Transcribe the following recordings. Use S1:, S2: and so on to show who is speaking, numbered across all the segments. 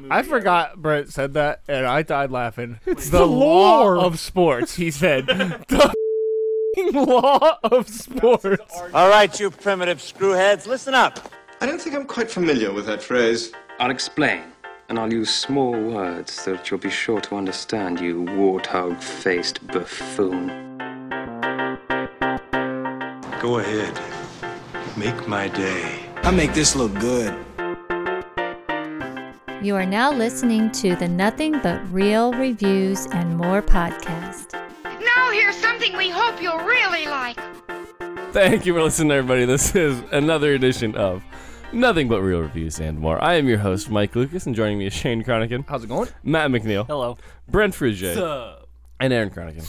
S1: movie.
S2: I forgot Brett said that, and I died laughing. It's
S3: the
S2: law
S3: lore.
S2: of sports. He said the law of sports.
S4: All right, you primitive screwheads, listen up.
S5: I don't think I'm quite familiar with that phrase.
S6: I'll explain. And I'll use small words so that you'll be sure to understand, you warthog faced buffoon.
S5: Go ahead. Make my day.
S7: I make this look good.
S8: You are now listening to the Nothing But Real Reviews and More podcast.
S9: Now here's something we hope you'll really like.
S3: Thank you for listening, everybody. This is another edition of Nothing But Real Reviews and More. I am your host, Mike Lucas, and joining me is Shane Cronican,
S2: How's it going?
S3: Matt McNeil,
S1: Hello.
S3: Brent Frugier, and Aaron Cronican.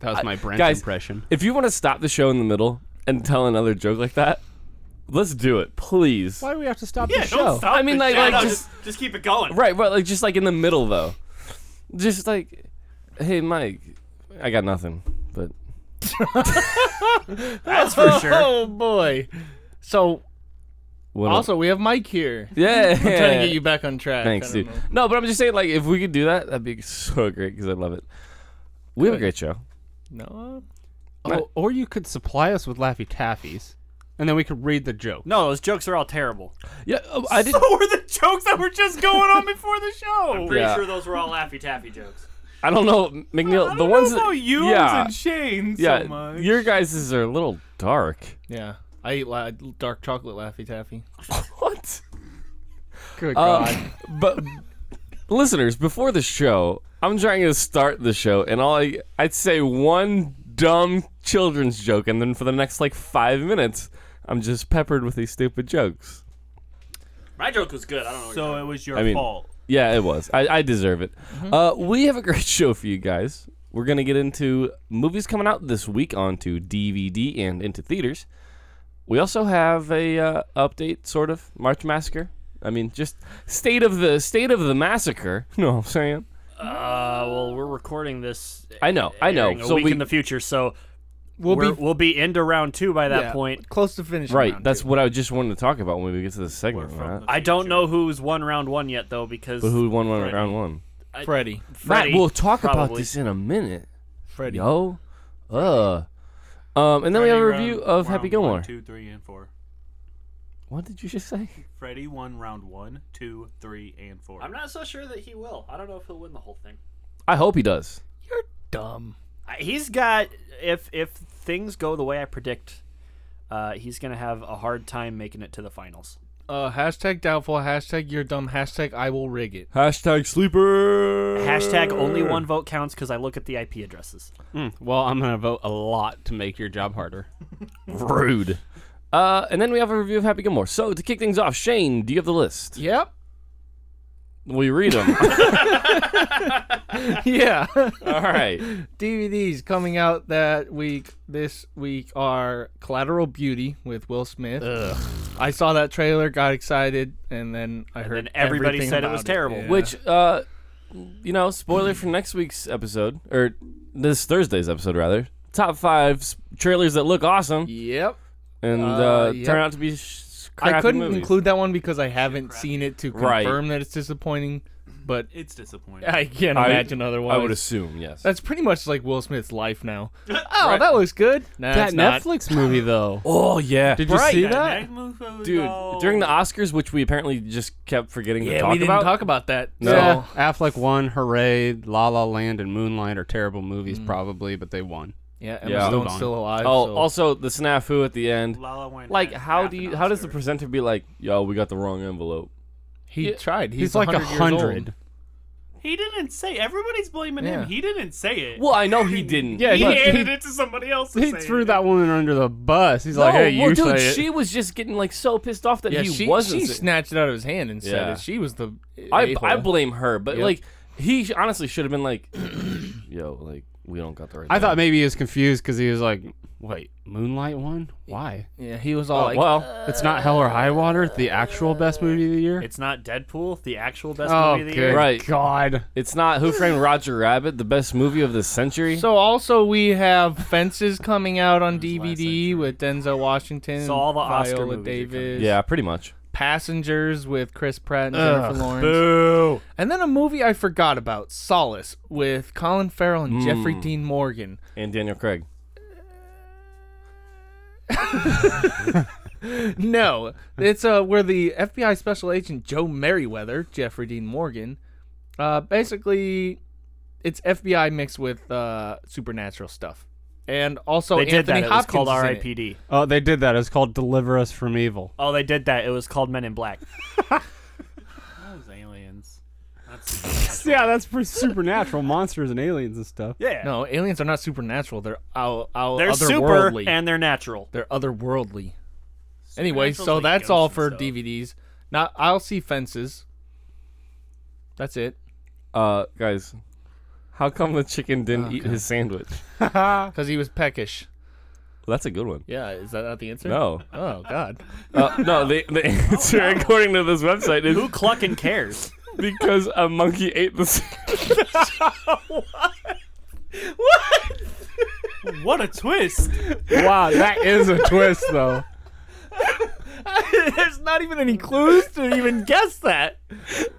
S1: That was my Brent
S3: guys-
S1: impression.
S3: If you want to stop the show in the middle and tell another joke like that, let's do it, please.
S2: Why do we have to stop
S10: Yeah,
S2: the show?
S10: don't stop.
S3: I mean,
S10: the
S3: like-
S10: show.
S3: like,
S10: No,
S3: just-
S10: just, just keep it going.
S3: Right, but like just like in the middle though. Just like, hey Mike, I got nothing, but
S10: That's for sure.
S2: Oh boy. So
S3: what else?
S2: also we have Mike here.
S3: yeah,
S2: I'm trying to get you back on track.
S3: Thanks,
S2: I don't
S3: dude.
S2: know.
S3: No, but I'm just saying, like, if we could do that, that'd be so great because I love it. We have a great show.
S2: No. uh,
S1: Oh, or you could supply us with Laffy Taffies, and then we could read the joke.
S10: No, those jokes are all terrible.
S3: Yeah, oh, I did.
S10: So were the jokes that were just going on before the show. I'm pretty
S3: Yeah.
S10: sure those were all Laffy Taffy jokes.
S3: I don't know, McNeil.
S10: I
S3: the
S10: don't
S3: ones
S10: know about
S3: that
S10: you
S3: yeah,
S10: and Shane so
S3: yeah,
S10: much.
S3: your guys's are a little dark.
S2: Yeah. I eat la- dark chocolate Laffy Taffy.
S3: What?
S2: Good
S3: Uh, but listeners, before the show, I'm trying to start the show, and all I I'd say one dumb children's joke, and then for the next like five minutes, I'm just peppered with these stupid jokes.
S10: My joke was good. I don't know. what you're
S7: So it was your
S3: I mean-
S7: fault.
S3: Yeah, it was. I, I deserve it. Uh, we have a great show for you guys. We're going to get into movies coming out this week onto DVD and into theaters. We also have a uh, update, sort of March Massacre. I mean, just state of the state of the massacre. You know what I'm saying?
S10: Uh, well, we're recording this.
S3: I know, I know.
S10: airing A
S3: So
S10: week
S3: we-
S10: in the future, so
S2: We'll
S10: we're-
S2: be
S10: we'll be into round two by that
S2: yeah,
S10: point.
S2: close to finishing.
S3: Right.
S2: round
S3: That's
S2: two.
S3: what I just wanted to talk about when we get to the segment. Right?
S10: I don't know who's won round one yet, though, because
S3: But who won one
S10: Freddy.
S3: round one?
S10: I-
S2: Freddy.
S10: Freddy,
S3: Matt, we'll talk about
S10: probably.
S3: this in a minute.
S2: Freddy.
S3: Yo, uh, um, and then we have a review of Happy Gilmore.
S10: one,
S3: two, three, and four. What did you just say?
S10: Freddy won round one, two, three, and four. I'm not so sure that he will. I don't know if he'll win the whole thing.
S3: I hope he does.
S2: Dumb.
S10: I- He's got if if things go the way I predict, uh, he's gonna have a hard time making it to the finals.
S2: Uh, hashtag doubtful. Hashtag you're dumb. Hashtag I will rig it.
S3: Hashtag sleeper.
S10: Hashtag only one vote counts because I look at the IP addresses.
S1: Mm, well, I'm gonna vote a lot to make your job harder.
S3: Rude. Uh, and then we have a review of Happy Gilmore. So to kick things off, Shane, do you have the list?
S2: Yep.
S3: We read them.
S2: yeah.
S3: All right.
S2: DVDs coming out that week. This week are Collateral Beauty with Will Smith. Ugh. I saw that trailer, got excited, and then I heard
S10: then everybody
S2: everything
S10: said it
S2: about
S10: was terrible.
S2: Yeah.
S3: Which, uh, you know, spoiler for next week's episode or this Thursday's episode rather. Top five s- trailers that look awesome
S2: Yep.
S3: and
S2: Uh,
S3: uh,
S2: yep.
S3: turn out to be. Sh-
S2: I
S3: crappy
S2: couldn't
S3: movies.
S2: include that one because I haven't seen it to confirm
S3: Right.
S2: that it's disappointing, but
S10: It's disappointing.
S2: I can't
S3: I-
S2: imagine otherwise.
S3: I would assume yes.
S2: That's pretty much like Will Smith's life now. oh, that looks good. Nah,
S1: that
S2: it's not.
S1: Netflix movie though.
S3: oh yeah,
S1: Did you
S2: Right.
S1: see that?
S3: dude. During the Oscars, which we apparently just kept forgetting to talk
S2: we didn't
S3: about.
S2: talk about that.
S3: No.
S2: So,
S1: Yeah. Affleck won. Hooray! La La Land and Moonlight are terrible movies, probably, but they won.
S2: yeah, Emma
S3: Yeah.
S2: Stone's still alive.
S3: oh,
S2: so-
S3: also the snafu at the end. Like, how do you? How does the presenter be like, "Yo, we got the wrong envelope"?
S2: he
S3: Yeah.
S2: tried. He's,
S1: He's, like a
S2: 100 years old.
S1: hundred.
S10: He didn't say. Everybody's blaming
S2: him. Yeah.
S10: He didn't say it.
S3: Well, I know he didn't.
S1: Yeah, he-
S3: but-
S1: handed
S10: it to somebody else.
S1: He threw that woman under the bus. He's
S3: No,
S1: like, "Hey,
S3: well,
S1: you
S3: dude,
S1: say it."
S3: she was just getting like so pissed off that
S2: Yeah,
S3: he
S2: she,
S3: wasn't.
S2: she
S3: sa-
S2: snatched it out of his hand and said
S3: Yeah.
S2: it. She was the.
S3: I,
S2: a-hole.
S3: I blame her, but
S2: Yep.
S3: like he sh- honestly should have been like, "Yo, like we don't got the right."
S1: I thought maybe he was confused because he was like, "Wait, Moonlight won? Why?
S2: Yeah, he was all like,
S3: Oh, well,
S1: It's not Hell or High Water, the actual best movie of the year."
S10: It's not Deadpool, the actual best
S1: oh,
S10: movie of the
S1: good
S10: year.
S3: Right.
S1: God!
S3: it's not Who Framed Roger Rabbit, the best movie of the century.
S2: So also we have Fences coming out on DVD with Denzel Washington,
S10: So all the Oscar
S2: Viola
S10: movies are coming.
S2: Davis.
S3: yeah, pretty much.
S2: Passengers with Chris Pratt and Jennifer Lawrence.
S10: Boo.
S2: And then a movie I forgot about, Solace, with Colin Farrell and Jeffrey
S10: Mm.
S2: Dean Morgan.
S3: and Daniel Craig.
S2: No, it's uh, where the FBI special agent Joe Merriweather, Jeffrey Dean Morgan, uh, basically, it's FBI mixed with uh, supernatural stuff, and also
S10: They did
S2: Oh, Anthony
S10: that. It was
S2: Hopkins
S10: called
S2: is in it.
S10: R.I.P.D.
S1: Oh, they did that. It's called "Deliver Us from Evil."
S10: Oh, they did that. It was called Men in Black. Those aliens.
S1: Yeah, that's for supernatural monsters and aliens and stuff.
S10: Yeah.
S2: No, aliens are not supernatural. They're out, out
S10: They're super
S2: otherworldly.
S10: and they're natural.
S2: they're otherworldly. Anyway, so
S10: like
S2: that's all
S10: ghosts
S2: for
S10: and stuff.
S2: DVDs. Now I'll see fences. That's it.
S3: Uh, guys, how come the chicken
S1: Oh,
S3: didn't eat his sandwich?
S2: Because he was peckish.
S3: Well, that's a good one.
S2: Yeah, is that not the answer?
S3: No,
S2: Oh God.
S3: uh, no. The, the answer, according to this website, is
S10: Who clucking cares?
S3: because a monkey ate the sandwich.
S10: what a twist!
S1: Wow, that is a twist, though.
S10: There's not even any clues to even guess that.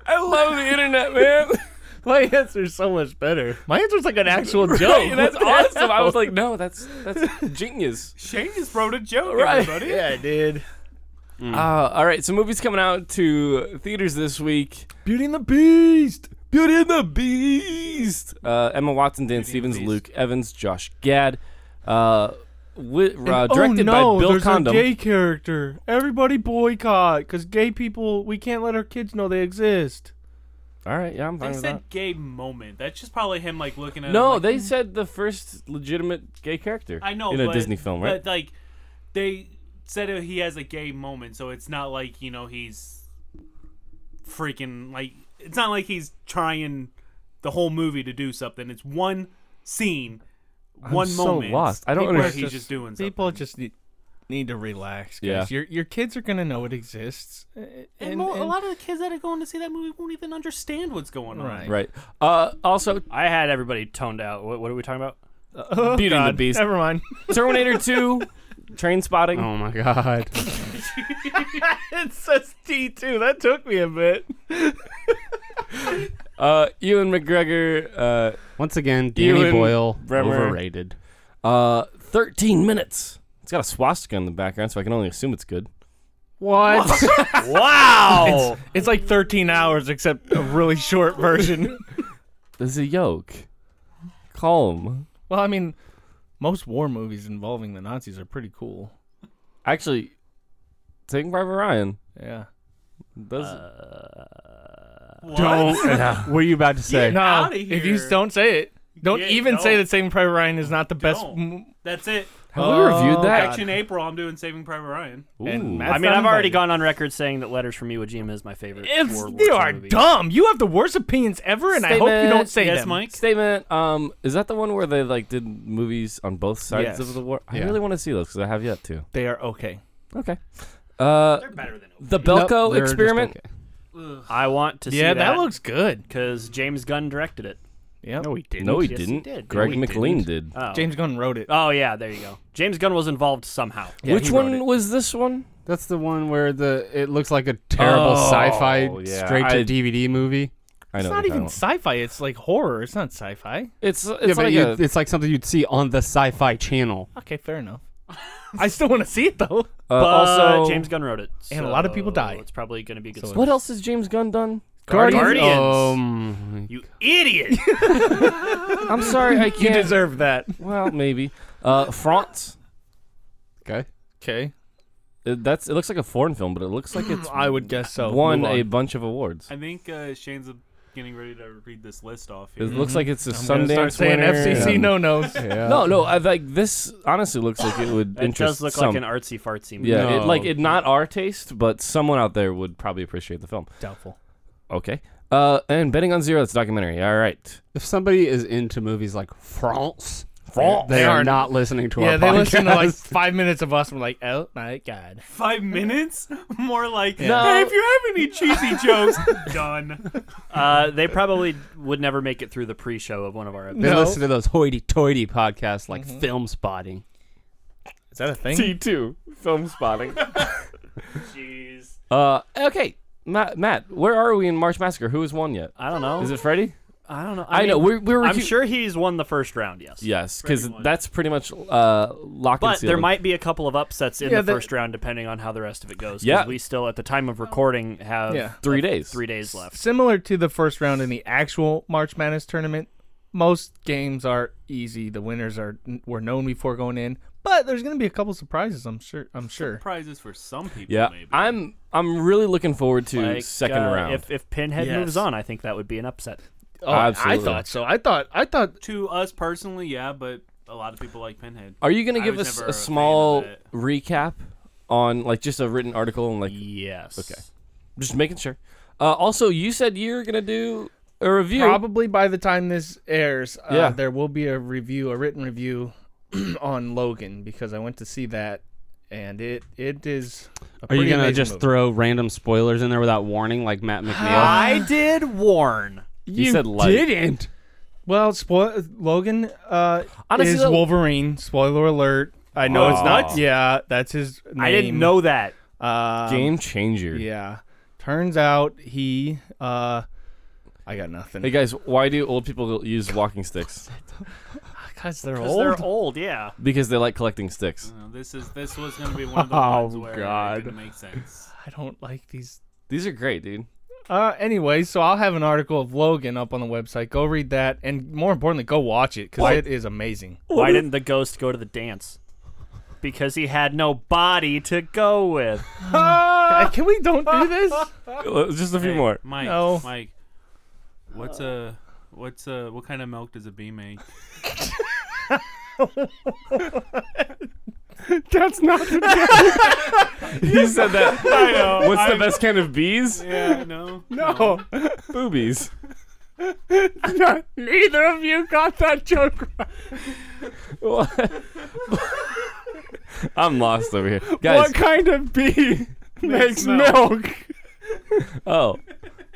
S3: I love the internet, man.
S2: My answer's so much better. My answer's like an actual joke.
S3: Right, that's
S2: What the
S3: awesome. I
S2: hell?
S3: was like, no, that's that's genius.
S10: Shane just wrote a joke, everybody.
S2: yeah, dude.
S3: Uh, all right, so movies coming out to theaters this week.
S2: Beauty and the Beast.
S3: Beauty and the Beast. Uh, Emma Watson, Dan Stevens, Luke Evans, Josh Gad. Uh, wi- uh, directed by Bill
S2: oh, there's
S3: Condon.
S2: a gay character. Everybody boycott, because gay people, we can't let our kids know they exist.
S3: All right, yeah, I'm fine with that.
S10: gay moment. That's just probably him like looking at
S3: No, they said the first legitimate gay character.
S7: I know
S3: in a
S7: but-
S3: Disney film, right?
S7: But like, they said he has a gay moment, so it's not like you know he's freaking like it's not like he's trying the whole movie to do something. It's one scene, one
S3: I'm so
S7: moment.
S3: lost. I don't
S7: where
S3: understand.
S7: He's just doing something.
S2: People just need, need to relax. 'cause
S3: Yeah.
S2: Your, your kids are going to know it exists. uh, And,
S7: and, mo- a lot of the kids that are going to see that movie won't even understand what's going on.
S2: Right.
S3: Right. Uh, also,
S10: I had everybody toned out. What, what are we talking about?
S2: Oh,
S3: Beauty and the
S2: God.
S3: Beast.
S2: Never mind.
S3: Terminator 2, Train Spotting.
S1: Oh my god.
S2: it says T2. That took me a bit.
S3: Uh, Ewan McGregor. Uh,
S1: Once again, Danny
S3: Ewan
S1: Boyle
S3: Bremmer.
S1: overrated.
S3: Uh, 13 minutes. It's got a swastika in the background, so I can only assume it's good.
S2: What?
S7: Oh.
S10: Wow!
S2: It's like 13 hours, except a really short version.
S3: There's a yoke. Calm.
S2: well, I mean, most war movies involving the Nazis are pretty cool.
S3: Actually, taking Private Ryan
S2: Yeah.
S3: does.
S1: Don't. What are Uh, you about to say?
S2: No,
S7: outta
S2: if you
S7: here.
S2: don't say it, don't
S7: Yeah,
S2: even say
S7: don't.
S2: that Saving Private Ryan is not the best.
S7: Don't.
S2: m- uh,
S7: That's it.
S3: have we reviewed that?
S7: Back in April, I'm doing Saving Private Ryan.
S2: and
S3: Ooh.
S2: Matt's
S10: I mean,
S2: not
S10: I've already
S2: invited.
S10: gone on record saying that Letters from Iwo Jima is my favorite.
S2: It's,
S10: World War
S2: you
S10: II
S2: are
S10: movie.
S2: dumb. You have the worst opinions ever, and I hope you don't
S3: Statement.
S2: say
S7: Yes,
S2: them.
S7: Mike.
S3: Statement. Um, is that the one where they like did movies on both sides
S2: Yes.
S3: of the war? I
S1: Yeah.
S3: really want to see those because I have yet to.
S2: They are okay.
S3: Okay. Uh,
S7: Better than
S3: the
S1: Nope,
S3: Belko
S1: they're just
S3: experiment.
S1: okay.
S10: I want to see
S2: yeah,
S10: that.
S2: that looks good.
S10: because James Gunn directed it.
S2: Yep.
S1: No, he didn't.
S3: No, he
S10: Yes, he
S3: didn't.
S10: did.
S3: Greg
S10: No, he
S3: McLean did.
S10: Oh.
S2: James Gunn wrote it.
S10: Oh yeah, there you go. James Gunn was involved somehow.
S2: Yeah,
S3: Which
S2: he wrote
S3: one
S2: it.
S3: was this one?
S1: That's the one where the it looks like a terrible
S3: Oh,
S1: sci-fi
S3: yeah,
S1: straight to
S3: I-
S1: DVD movie.
S3: I
S2: It's
S3: know.
S2: not
S3: the kind
S2: even
S3: of one.
S2: sci-fi. It's like horror. It's not sci-fi.
S3: It's
S1: Yeah,
S3: it's
S1: but
S3: like
S1: you,
S3: a-
S1: it's like something you'd see on the Sci-Fi Channel.
S2: Okay, fair enough. I still want to see it though.
S3: uh,
S10: But
S3: also
S10: James Gunn wrote it,
S2: And a lot of people
S10: so
S2: died.
S10: It's probably going to be a good.
S2: So-
S10: story.
S3: What else has James Gunn done?
S10: Guardians- Guardians.
S1: Um,
S10: You idiot!
S3: I'm sorry, I
S2: You
S3: can't.
S2: deserve that.
S3: well, maybe. Uh, France.
S1: okay.
S2: Okay,
S3: It, that's. It looks like a foreign film, but it looks like it's
S2: I would guess so.
S3: won
S2: Move
S3: a
S2: on.
S3: bunch of awards.
S7: I think uh, Shane's getting ready to read this list off
S3: It
S7: here.
S3: looks like it's a
S2: Gonna
S3: Sundance
S2: start saying
S3: winner
S2: FCC
S3: and- uh,
S2: no nos.
S1: Yeah.
S3: No, no. I, like this. Honestly, looks like it would
S10: It
S3: interest
S10: does look
S3: some.
S10: like an artsy fartsy movie.
S3: yeah, it, like
S1: No.
S3: it not our taste, but someone out there would probably appreciate the film.
S2: Doubtful.
S3: Okay. Uh, and betting on zero. That's a documentary. All right.
S1: If somebody is into movies like France,
S3: France.
S1: they,
S2: They
S1: are
S2: are-
S1: not listening to
S2: Yeah,
S1: our
S2: they
S1: podcast.
S2: listen to like five minutes of us. And we're like, oh my god.
S7: Five minutes? More like,
S2: No.
S7: hey, if you have any cheesy jokes, done.
S10: Uh, they probably would never make it through the pre-show of one of our episodes.
S1: They
S2: No.
S1: listen to those hoity-toity podcasts like Film Spotting.
S2: Is that a thing?
S3: T two film spotting.
S10: Jeez.
S3: Uh, okay, Matt, Matt, where are we in March Massacre? Who has won yet?
S10: I don't know.
S3: Is it Freddy?
S10: I don't know.
S3: I know, we're- we're
S10: I'm
S3: recu-
S10: sure he's won the first round. Yes.
S3: Yes, because that's pretty much uh, locked and
S10: But
S3: sealed.
S10: there might be a couple of upsets in
S2: Yeah,
S10: the
S2: that-
S10: first round, depending on how the rest of it goes. 'cause
S3: Yeah.
S10: we still, at the time of recording, have
S2: Yeah.
S3: Three days.
S10: Three days left.
S2: Similar to the first round in the actual March Madness tournament, most games are easy. The winners are were known before going in, but there's going to be a couple surprises. I'm sure. I'm sure.
S7: Prizes for some people,
S3: Yeah,
S7: maybe.
S3: I'm I'm really looking forward to
S10: Like,
S3: second
S10: uh,
S3: round.
S10: If, if Pinhead
S2: Yes.
S10: moves on, I think that would be an upset.
S2: Oh,
S3: Absolutely.
S2: I thought so. I thought. I thought.
S7: To us personally, yeah, but a lot of people like Pinhead.
S3: Are you going
S7: I
S3: to give
S7: was
S3: us
S7: never
S3: a
S7: fan of
S3: small
S7: it.
S3: recap on like just a written article and like
S10: Yes.
S3: Okay. just making sure? Uh, also, you said you're going to do a review.
S2: Probably by the time this airs, uh,
S3: Yeah.
S2: there will be a review, a written review, on Logan because I went to see that, and it it is. a
S1: Are you
S2: pretty
S1: gonna
S2: amazing
S1: just
S2: movie.
S1: throw random spoilers in there without warning, like Matt McNeil?
S10: I did warn.
S3: You said light.
S2: didn't. Well, spoil- Logan uh,
S3: Honestly,
S2: is
S3: though-
S2: Wolverine. Spoiler alert. I know it's not. Yeah, that's his. Name.
S10: I didn't know that.
S2: Uh,
S3: Game changer.
S2: yeah. Turns out he. Uh, I got nothing.
S3: Hey guys, why do old people use walking sticks?
S2: guys, they're
S10: Because they're old, yeah.
S3: Because they like collecting sticks.
S7: Uh, This is this was going to be one of the
S2: Oh,
S7: ones where
S2: God.
S7: it didn't make sense.
S2: I don't like these.
S3: These are great, dude.
S2: Uh, anyway, so I'll have an article of Logan up on the website. Go read that, and more importantly, go watch it because it is amazing.
S10: Why didn't the ghost go to the dance? Because he had no body to go with.
S2: Uh, Can we don't do this?
S3: Just a few
S7: Hey,
S3: more.
S7: Mike.
S2: No.
S7: Mike. What's a what's a what kind of milk does a bee make?
S3: That's not the you said that. What's the best kind of bees?
S7: Yeah, no.
S3: No. Boobies.
S2: Neither of you got that joke. Right.
S3: What? I'm lost over here. Guys,
S2: kind of bee makes milk?
S3: Oh.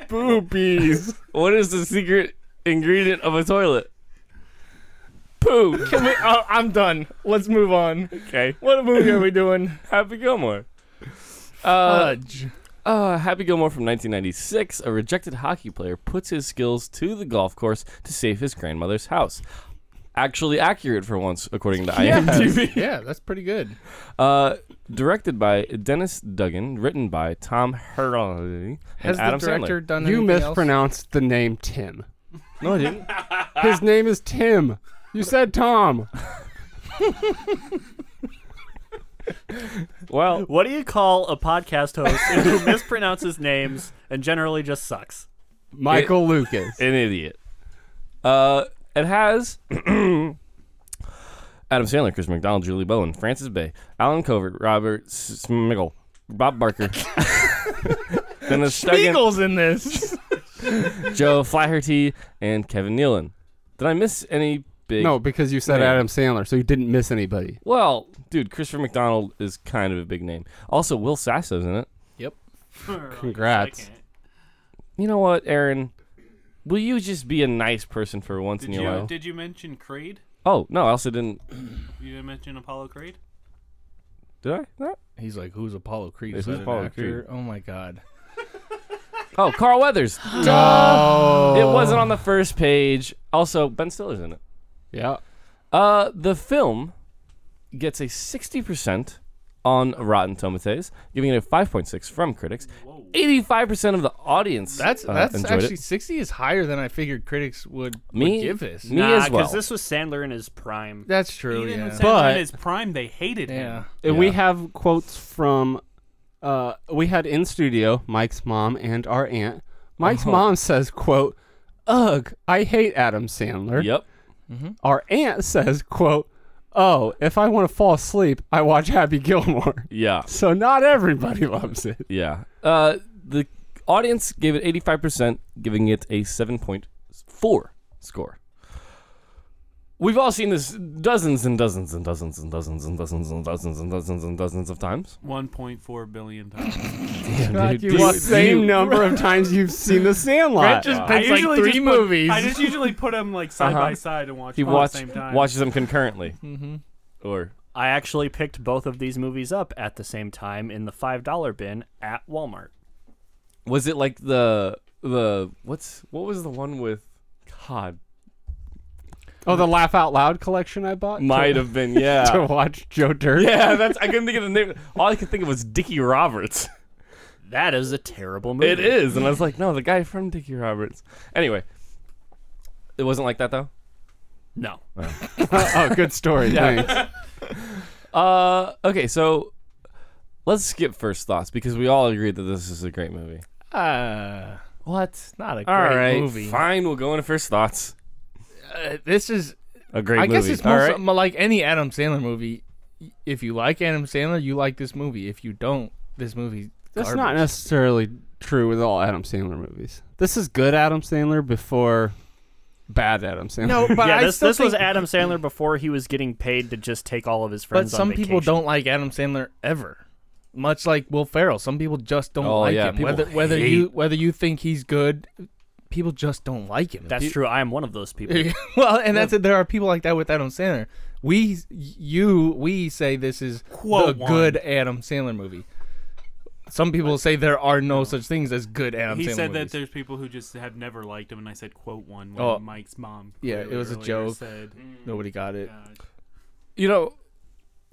S3: Boobies. what is the secret ingredient of a toilet? Poo.
S2: Can we, oh, I'm done. Let's move on.
S3: okay.
S2: What movie are we doing?
S3: Happy Gilmore.
S2: Fudge.
S3: Uh, Happy Gilmore from 1996. A rejected hockey player puts his skills to the golf course to save his grandmother's house. Actually accurate for once, according to IMDb.
S2: yeah, that's pretty good.
S3: Uh, directed by Dennis Duggan, written by Tom Hurley
S2: Has
S3: and Adam
S2: the director
S3: Sandler.
S2: done
S1: You
S2: anything else?
S1: mispronounced the name Tim.
S3: No, I didn't.
S1: His name is Tim. You said Tom.
S3: Well,
S10: What do you call a podcast host who mispronounces names and generally just sucks?
S1: Michael Lucas.
S3: an idiot. Uh, it has Adam Sandler, Chris McDonald, Julie Bowen, Francis Bay, Alan Covert, Robert S- Smiggle, Bob Barker, Dennis Duggan,
S2: Eagles in this.
S3: Joe Flaherty, and Kevin Nealon. Did I miss any big?
S1: No, because you said
S3: Yeah.
S1: Adam Sandler, so you didn't miss anybody.
S3: Well, dude, Christopher McDonald is kind of a big name. Also, Will Sasso's in it.
S1: Congrats.
S3: You know what, Aaron? Will you just be a nice person for once
S7: Did
S3: in
S7: you uh,
S3: your life?
S7: did you mention Creed?
S3: oh no, I also didn't.
S7: You didn't mention Apollo Creed?
S3: Did I? No.
S2: He's like, who's Apollo Creed?
S3: Is
S2: Is that
S3: who's
S2: an
S3: Apollo
S2: actor? Oh my god.
S3: Oh, Carl Weathers.
S1: Oh.
S3: It wasn't on the first page. Also, Ben Stiller's in it.
S1: Yeah.
S3: Uh, the film gets a 60% on Rotten Tomatoes, giving it a 5.6 from critics. 85% of the audience
S2: That's
S3: uh,
S2: that's
S3: enjoyed
S2: actually
S3: it.
S2: sixty is higher than I figured critics would,
S3: Me-
S2: would give this.
S3: me
S10: nah,
S3: as well.
S10: Because this was Sandler in his prime.
S2: That's true.
S7: Even
S2: Yeah.
S7: when Sandler
S1: But-
S7: in his prime, they hated
S2: yeah.
S7: him.
S1: And we
S3: Yeah.
S1: have quotes from uh, we had in studio Mike's mom and our aunt. Mike's
S3: Uh-huh.
S1: mom says, quote, Ugh, I hate Adam Sandler.
S3: Yep.
S7: Mm-hmm.
S1: Our aunt says, quote, Oh, if I want to fall asleep, I watch Happy Gilmore.
S3: Yeah.
S1: So not everybody loves it.
S3: Yeah. Uh, the audience gave it 85%, giving it a 7.4 score. We've all seen this dozens and dozens and dozens and dozens and dozens and dozens and dozens and dozens of times.
S7: 1.4 billion times.
S3: Dude,
S2: you
S3: do
S1: The
S2: What-
S1: same number of times you've seen The Sandlot.
S2: just picks like
S7: usually
S2: three
S7: just put-
S2: movies.
S7: I just usually put them like side
S3: Uh-huh.
S7: by side and watch
S3: He
S7: them all at
S3: watch,
S7: the same time.
S3: watches them concurrently. Mm-hmm. Or
S10: I actually picked both of these movies up at the same time in the five dollar bin at Walmart.
S3: Was it like the the what's what was the one with God?
S1: Oh, the Laugh Out Loud collection I bought?
S3: Might have been, yeah.
S1: to watch Joe Dirt.
S3: Yeah, that's I couldn't think of the name. All I could think of was Dickie Roberts.
S10: That is a terrible movie.
S3: It is, and I was like, no, the guy from Dickie Roberts. Anyway, it wasn't like that though.
S10: No.
S1: oh, good story. Thanks.
S3: Uh, okay, so let's skip first thoughts because we all agree that this is a great movie.
S2: Uh,
S3: What?
S2: not a great
S3: All right,
S2: movie.
S3: fine. We'll go into first thoughts.
S2: Uh, this is
S3: A great
S2: I
S3: movie.
S2: guess it's
S3: all
S2: most,
S3: right.
S2: mo- like any Adam Sandler movie. If you like Adam Sandler, you like this movie. If you don't, this movie.
S1: That's not necessarily true with all Adam Sandler movies. This is good Adam Sandler before bad Adam Sandler.
S2: No, but
S10: yeah,
S2: I
S10: this
S2: still
S10: this was
S2: think-
S10: Adam Sandler before he was getting paid to just take all of his
S2: But
S10: friends. on
S2: some people
S10: vacation.
S2: don't like Adam Sandler ever. Much like Will Ferrell, some people just don't
S3: Oh,
S2: like
S3: yeah,
S2: him.
S3: people
S2: Whether whether
S3: hate-
S2: you whether you think he's good, people just don't like him.
S10: That's true. I am one of those people.
S2: well, and that's it. There are people like that with Adam Sandler. We, you, we say this is
S7: Quote
S2: the
S7: one.
S2: good Adam Sandler movie. Some people say there are no such things as good Adam
S7: he
S2: Sandler
S7: said
S2: movies.
S7: that there's people who just have never liked him, and I said quote one when
S2: Oh.
S7: Mike's mom.
S2: Yeah, it
S7: clearly
S2: was a
S7: earlier
S2: joke.
S7: Said,
S2: Nobody got it.
S3: you know,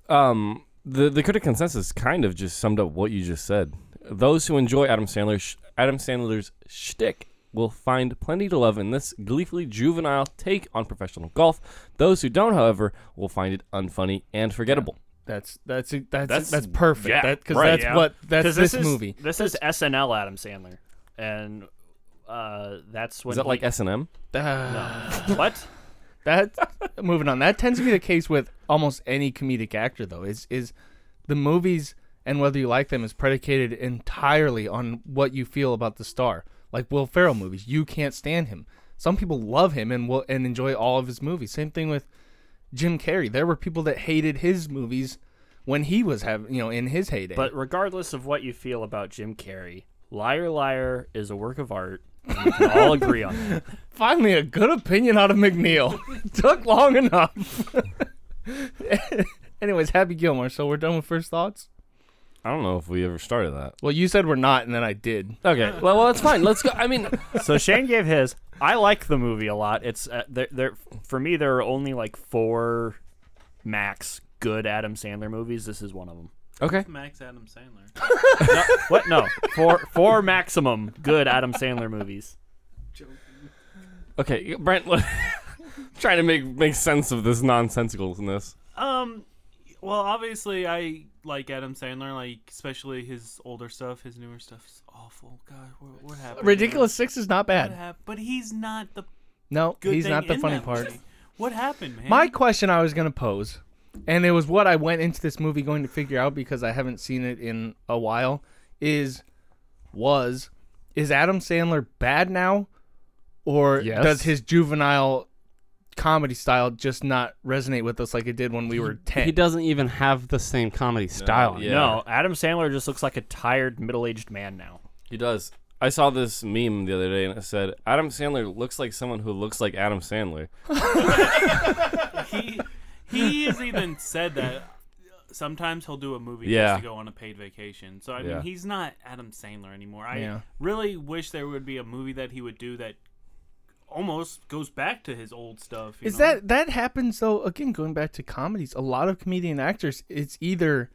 S3: um, the the critic consensus kind of just summed up what you just said. Those who enjoy Adam Sandler, sh- Adam Sandler's shtick will find plenty to love in this gleefully juvenile take on professional golf. Those who don't, however, will find it unfunny and forgettable.
S2: That's that's that's
S3: That's-
S2: that's, perfect.
S3: yeah,
S2: that, cause
S3: right.
S2: that's
S3: Yeah.
S2: what that's
S10: 'Cause
S2: this,
S10: is,
S2: movie.
S10: This is SNL Adam Sandler, and uh, that's when
S3: Is that
S10: he-
S3: like S and M?
S10: what?
S2: That moving on. That tends to be the case with almost any comedic actor, though. Is is the movies and whether you like them is predicated entirely on what you feel about the star. Like Will Ferrell movies, you can't stand him. Some people love him and will and enjoy all of his movies. Same thing with Jim Carrey. There were people that hated his movies when he was having you know in his heyday.
S10: But regardless of what you feel about Jim Carrey, Liar Liar is a work of art. and We can all agree on that.
S2: finally a good opinion out of McNeil. Took long enough. Anyways, Happy Gilmore. So we're done with first thoughts.
S3: I don't know if we ever started that.
S2: Well, you said we're not, and then I did.
S3: Okay. Well, well, that's fine. Let's go. I mean,
S10: So Shane gave his. I like the movie a lot. It's uh, there, there for me. There are only like four max good Adam Sandler movies. This is one of them.
S3: okay.
S7: Max Adam Sandler.
S10: What? No, four four maximum good Adam Sandler movies.
S3: Okay, Brent, what, trying to make make sense of this nonsensicalness.
S7: Um, well, obviously, I like Adam Sandler, like especially his older stuff. His newer stuff is awful. God, what, what happened?
S2: Ridiculous Six is not
S7: What
S2: bad.
S7: happened? But he's not the
S2: No,
S7: good.
S2: he's
S7: thing
S2: not the
S7: in
S2: funny
S7: that
S2: part.
S7: movie. What happened, man?
S2: My question I was gonna pose, and it was what I went into this movie going to figure out because I haven't seen it in a while, is was is Adam Sandler bad now, or
S1: Yes.
S2: does his juvenile comedy style just not resonate with us like it did when we were ten?
S1: He doesn't even have the same comedy style.
S3: yeah.
S10: No, Adam Sandler just looks like a tired middle aged man now.
S3: He does. I saw this meme the other day and it said Adam Sandler looks like someone who looks like Adam Sandler.
S7: he he has even said that sometimes he'll do a movie
S3: Yeah.
S7: just to go on a paid vacation. So I
S3: Yeah.
S7: mean, he's not Adam Sandler anymore. I
S2: Yeah.
S7: really wish there would be a movie that he would do that almost goes back to his old stuff. you
S2: Is
S7: know?
S2: that that happens though? Again, going back to comedies, a lot of comedian actors, it's either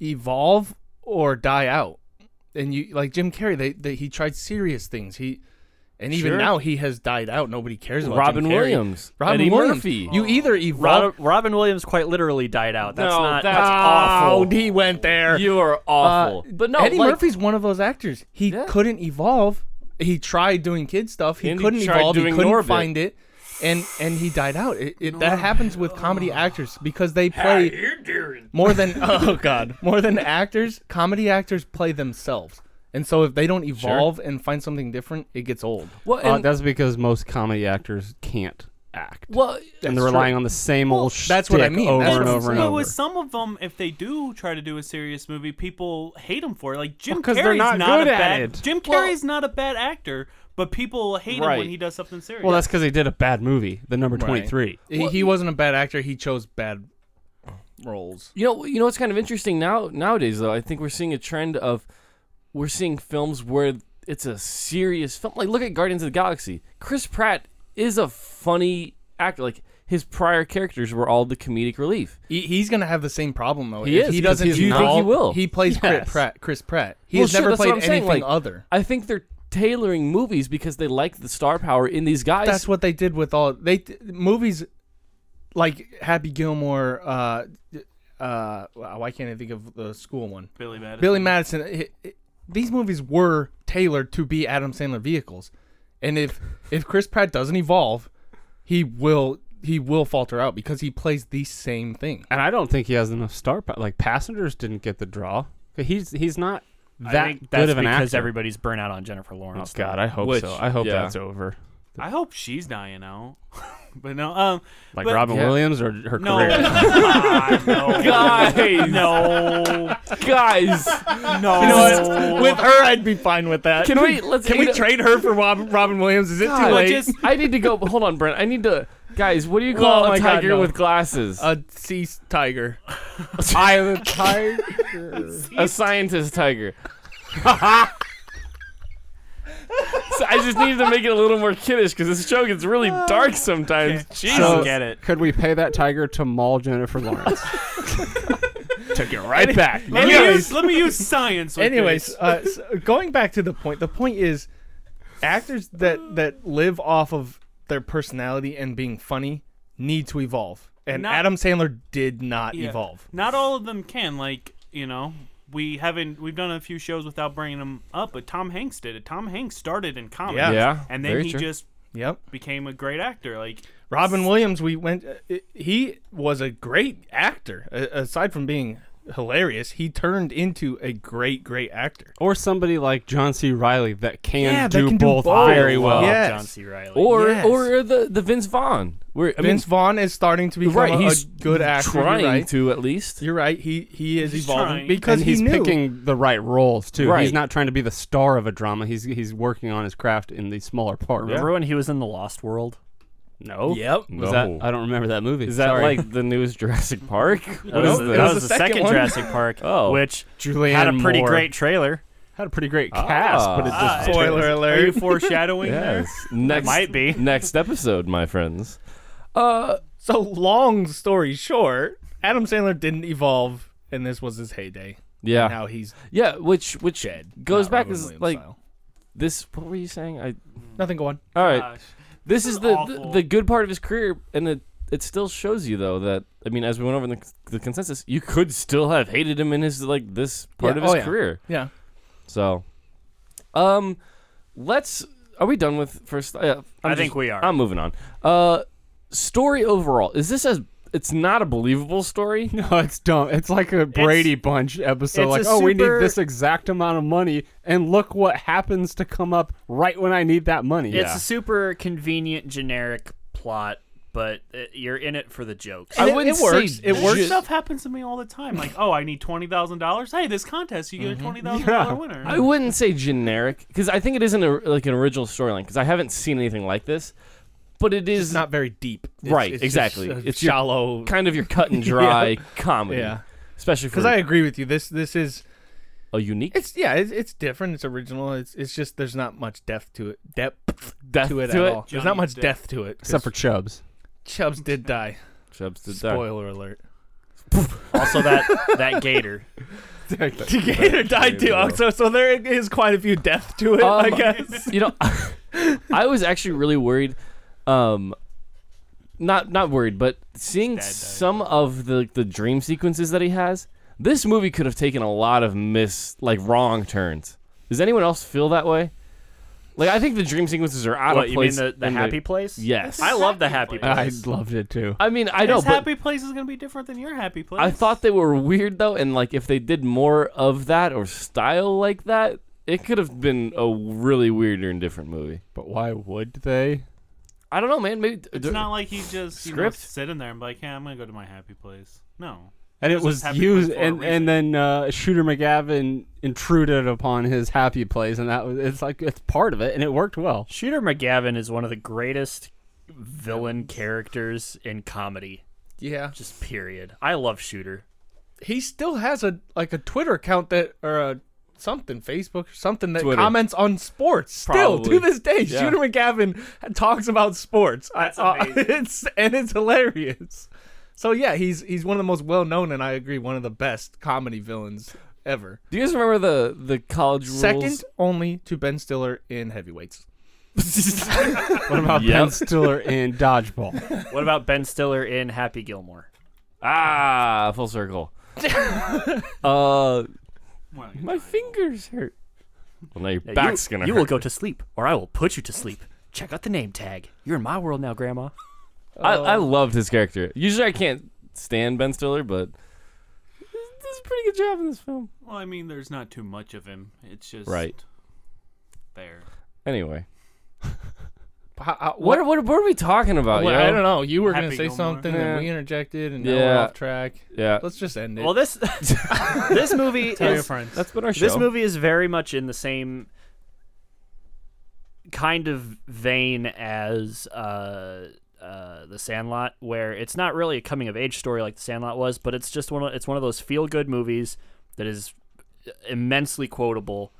S2: evolve or die out. And you like Jim Carrey, they, they he tried serious things. He and even
S3: Sure.
S2: now he has died out. Nobody cares about
S3: Robin
S2: Jim Carrey.
S3: Williams,
S2: Robin
S3: Eddie
S2: Williams.
S3: Murphy.
S2: You either evolve.
S10: Rob, Robin Williams quite literally died out. That's
S3: No,
S10: not
S3: that's
S10: that's
S2: oh,
S10: awful.
S2: he went there.
S3: You are
S2: Uh,
S3: awful. but no,
S2: Eddie
S3: like,
S2: Murphy's one of those actors. He
S3: Yeah.
S2: couldn't evolve. He tried doing kid stuff. He
S3: And he
S2: couldn't
S3: tried
S2: evolve. He
S3: doing
S2: couldn't
S3: Norbit. Oh,
S2: find it, and and he died out. It, it, that happens with comedy actors because they play more than oh god more than actors. Comedy actors play themselves, and so if they don't evolve and find something different, it gets old.
S3: Well,
S1: Uh,
S3: and-
S1: that's because most comedy actors can't act.
S3: well,
S1: and they're relying on the same old shit.
S2: that's what I mean.
S1: Over
S2: That's
S1: and
S2: what
S1: over
S2: I'm
S1: and
S7: But
S1: over.
S7: with some of them, if they do try to do a serious movie, people hate them for it. Like Jim
S1: 'cause
S7: Carrey's
S1: they're not
S7: a
S1: good at
S7: bad
S1: it.
S7: Jim Carrey's not a bad actor, but people hate him
S3: Right.
S7: when he does something serious.
S1: well, that's because he did a bad movie, the number twenty-three.
S2: He, he wasn't a bad actor. He chose bad roles.
S3: You know, you know what's kind of interesting now nowadays though. I think we're seeing a trend of we're seeing films where it's a serious film. Like look at Guardians of the Galaxy. Chris Pratt is a funny actor. Like his prior characters were all the comedic relief.
S2: He, he's gonna have the same problem though.
S3: He
S2: If
S3: is,
S2: He
S3: because
S2: doesn't.
S3: he's Do you think
S2: involve-
S3: he will?
S2: He plays
S1: Yes.
S2: Chris Pratt. Chris Pratt. He
S3: Well,
S2: has
S3: sure,
S2: never
S3: that's what
S2: played
S3: I'm
S2: anything
S3: saying, like,
S2: other.
S3: I think they're tailoring movies because they like the star power in these guys.
S2: That's what they did with all they movies, like Happy Gilmore. Uh, uh, wow, why can't I think of the school one?
S7: Billy Madison.
S2: Billy Madison. i i these movies were tailored to be Adam Sandler vehicles, and if if Chris Pratt doesn't evolve, he will he will falter out because he plays the same thing.
S1: And I don't think he has enough star power. Like Passengers didn't get the draw. He's he's not
S10: I
S1: that
S10: think that's
S1: good of an
S10: because
S1: actor. Oh,
S10: everybody's burnt out on Jennifer Lawrence.
S1: God, I hope
S3: Which-
S1: so. I hope
S3: yeah.
S1: that's over.
S7: I hope she's dying out. but no, um,
S1: Like
S7: But-
S1: Robin
S3: Yeah.
S1: Williams or her
S7: no,
S1: career.
S7: God, no,
S3: guys,
S7: no,
S3: guys.
S7: no.
S10: With her, I'd be fine with that.
S3: Can we let's
S10: Can
S3: you
S10: we
S3: know-
S10: trade her for Rob, Robin Williams? Is it
S3: God,
S10: too
S3: I
S10: late?
S3: just- I need to go. Hold on, Brent. I need to. Guys, what do you call
S10: Oh
S3: a
S10: my God,
S3: tiger
S10: no.
S3: with glasses?
S2: A sea tiger.
S3: I am a tiger. a scientist tiger. so I just needed to make it a little more kiddish because this show gets really dark sometimes. Jesus.
S7: get it.
S1: Could we pay that tiger to maul Jennifer Lawrence?
S10: Took it right back.
S7: Let me, use, let me use science. With
S2: Anyways,
S7: this.
S2: uh, s going back to the point, the point is actors that that live off of their personality and being funny need to evolve. And
S7: Not-
S2: Adam Sandler did not
S7: Yeah.
S2: evolve.
S7: Not all of them can. Like you know, we haven't. We've done a few shows without bringing them up, but Tom Hanks did it. Tom Hanks started in comedy,
S2: Yeah.
S3: Yeah,
S7: and then
S3: very
S7: he
S3: true.
S7: just
S2: Yep.
S7: became a great actor. Like
S2: Robin Williams, we went. Uh, i- he was a great actor. A- aside from being hilarious, he turned into a great, great actor.
S1: or somebody like John C. Riley that can,
S2: Yeah, that
S1: do,
S2: can do
S1: both
S2: both.
S1: very well.
S2: Yeah. Yes.
S10: John C. Riley.
S3: or
S2: Yes.
S3: or the the Vince Vaughn. Where I
S2: Vince
S3: mean,
S2: Vaughn is starting to become
S3: right,
S2: a, a
S3: he's
S2: good actor. you're
S3: trying
S2: right.
S3: to at least.
S2: You're right. He he is
S7: He's
S2: evolving
S7: trying.
S2: because
S1: And
S2: he
S1: he's
S2: knew.
S1: picking the right roles too.
S3: Right.
S1: He's not trying to be the star of a drama. He's he's working on his craft in the smaller part.
S10: Remember when he was in the Lost World?
S1: No.
S2: Yep.
S1: Was
S3: No.
S1: that, I don't remember that movie.
S3: Is that
S1: Sorry.
S3: like the newest Jurassic Park?
S10: That
S3: What
S10: was,
S3: is
S10: the,
S3: this?
S10: that was the second,
S2: one?
S10: Jurassic Park,
S3: Oh.
S10: which had
S1: Julianne
S10: a pretty
S1: Moore.
S10: great trailer.
S1: had a pretty great cast, but it just
S7: Ah,
S2: Spoiler alert.
S7: Are you foreshadowing there?
S3: Yes. Next
S10: might be.
S3: next episode, my friends. Uh,
S2: So long story short, Adam Sandler didn't evolve, and this was his heyday.
S3: yeah,
S2: Now he's
S3: yeah. Which which
S2: dead.
S3: goes
S2: not
S3: back
S2: Robin
S3: as
S2: Williams
S3: like
S2: style.
S3: this. What were you saying? I
S2: nothing going.
S3: all right.
S7: Gosh.
S3: this
S7: is
S3: is the, the
S7: awful.
S3: the good part of his career, and it it still shows you though that I mean, as we went over in the, the consensus, you could still have hated him in his like this part
S2: Yeah,
S3: of his
S2: oh, yeah.
S3: career.
S2: Yeah.
S3: So, um, let's. Are we done with first? Uh, I'm
S10: I think we are.
S3: I'm moving on. Uh, story overall is this as it's not a believable story.
S1: No, it's
S3: Oh,
S1: dumb. It's like a Brady Bunch episode. Like,
S10: it's a
S1: oh, we need
S10: super-
S1: this exact amount of money, and look what happens to come up right when I need that money.
S10: It's a super convenient, generic plot, but uh, you're in it for the jokes.
S3: I
S2: And it-
S3: wouldn't
S2: it works.
S3: say
S2: It works.
S3: ju-
S7: Stuff happens to me all the time. Like, oh, I need twenty thousand dollars. Hey, this contest, you get a twenty thousand
S1: Yeah.
S7: dollar winner.
S3: Mm-hmm. I wouldn't say generic because I think it isn't a, like an original storyline because I haven't seen anything like this. But it is
S2: It's not very deep. It's-
S3: Right,
S2: it's
S3: exactly.
S2: just a
S3: It's your-
S2: shallow.
S3: kind of your cut and dry comedy.
S2: Yeah.
S3: Especially for
S2: Because I agree with you. This this is
S3: a unique
S2: it's yeah it's, it's different. It's original. It's it's just there's not much depth to it. Depth
S3: death
S2: to it
S3: to
S2: at
S3: it.
S2: all. There's not
S7: Johnny
S2: much
S7: Depp.
S2: depth to it. 'cause
S1: Except for Chubbs.
S2: Chubbs did die.
S3: Chubbs did die.
S2: Spoiler alert.
S10: also, that that gator.
S2: Gator died too. Oh, so so there is quite a few death to it. I
S3: Um,
S2: guess.
S3: You know, I was actually really worried. Um, not not worried, but seeing some of the the dream sequences that he has, this movie could have taken a lot of miss like wrong turns. Does anyone else feel that way? Like I think the dream sequences are out
S10: What
S3: of
S10: you mean
S3: place.
S10: the, the
S3: and
S10: happy place?
S3: Yes.
S10: I love the happy place.
S1: I loved it too.
S3: I mean, I know,
S7: His
S3: but
S7: happy place is gonna be different than your happy place.
S3: I thought they were weird though, and like if they did more of that or style like that, it could have been a really weird and different movie.
S1: But why would they?
S3: I don't know, man. Maybe
S7: it's not like he just you know,
S3: Script?
S7: sitting there and be like, yeah, I'm gonna go to my happy place. No,
S1: And it
S7: This
S1: was
S7: is Happy
S1: used,
S7: Place for a
S1: and, and then uh, Shooter McGavin intruded upon his happy place, and that was it's like it's part of it, and it worked well.
S10: Shooter McGavin is one of the greatest villain characters in comedy.
S2: Yeah.
S10: Just period. I love Shooter.
S2: He still has a like a Twitter account that or a something Facebook or something that
S3: Twitter.
S2: comments on sports. Still
S3: Probably.
S2: to this day,
S3: Yeah.
S2: Shooter McGavin talks about sports. I-
S7: That's
S2: I-
S7: amazing.
S2: it's and it's hilarious. So yeah, he's he's one of the most well known and I agree one of the best comedy villains ever.
S3: Do you guys remember the the college rules?
S2: Second only to Ben Stiller in heavyweights.
S1: What about Ben
S3: Yep.
S1: Stiller in Dodgeball?
S10: What about Ben Stiller in Happy Gilmore?
S3: Ah, full circle. uh, my fingers hurt. Well, now your
S10: Yeah,
S3: back's
S10: you,
S3: gonna.
S10: You
S3: hurt.
S10: will go to sleep, or I will put you to sleep. Check out the name tag. You're in my world now, Grandma.
S3: I, I loved his character. Usually, I can't stand Ben Stiller, but this this is a pretty good job in this film.
S7: Well, I mean, there's not too much of him. It's just
S3: Right.
S7: there.
S3: Anyway,
S2: How- how-
S3: what what, what are we talking about?
S2: Well,
S3: yo?
S2: I don't know. You were
S7: Happy
S2: gonna say
S7: Gilmore.
S2: something,
S3: Yeah.
S2: and we interjected, and now we're
S3: Yeah.
S2: off track.
S3: Yeah,
S2: Let's just end it.
S10: Well, this this movie
S2: Tell your
S10: is
S2: friends.
S3: that's been our show.
S10: this movie is very much in the same kind of vein as uh, uh, the Sandlot, where it's not really a coming of age story like the Sandlot was, but it's just one of it's one of those feel good movies that is immensely quotable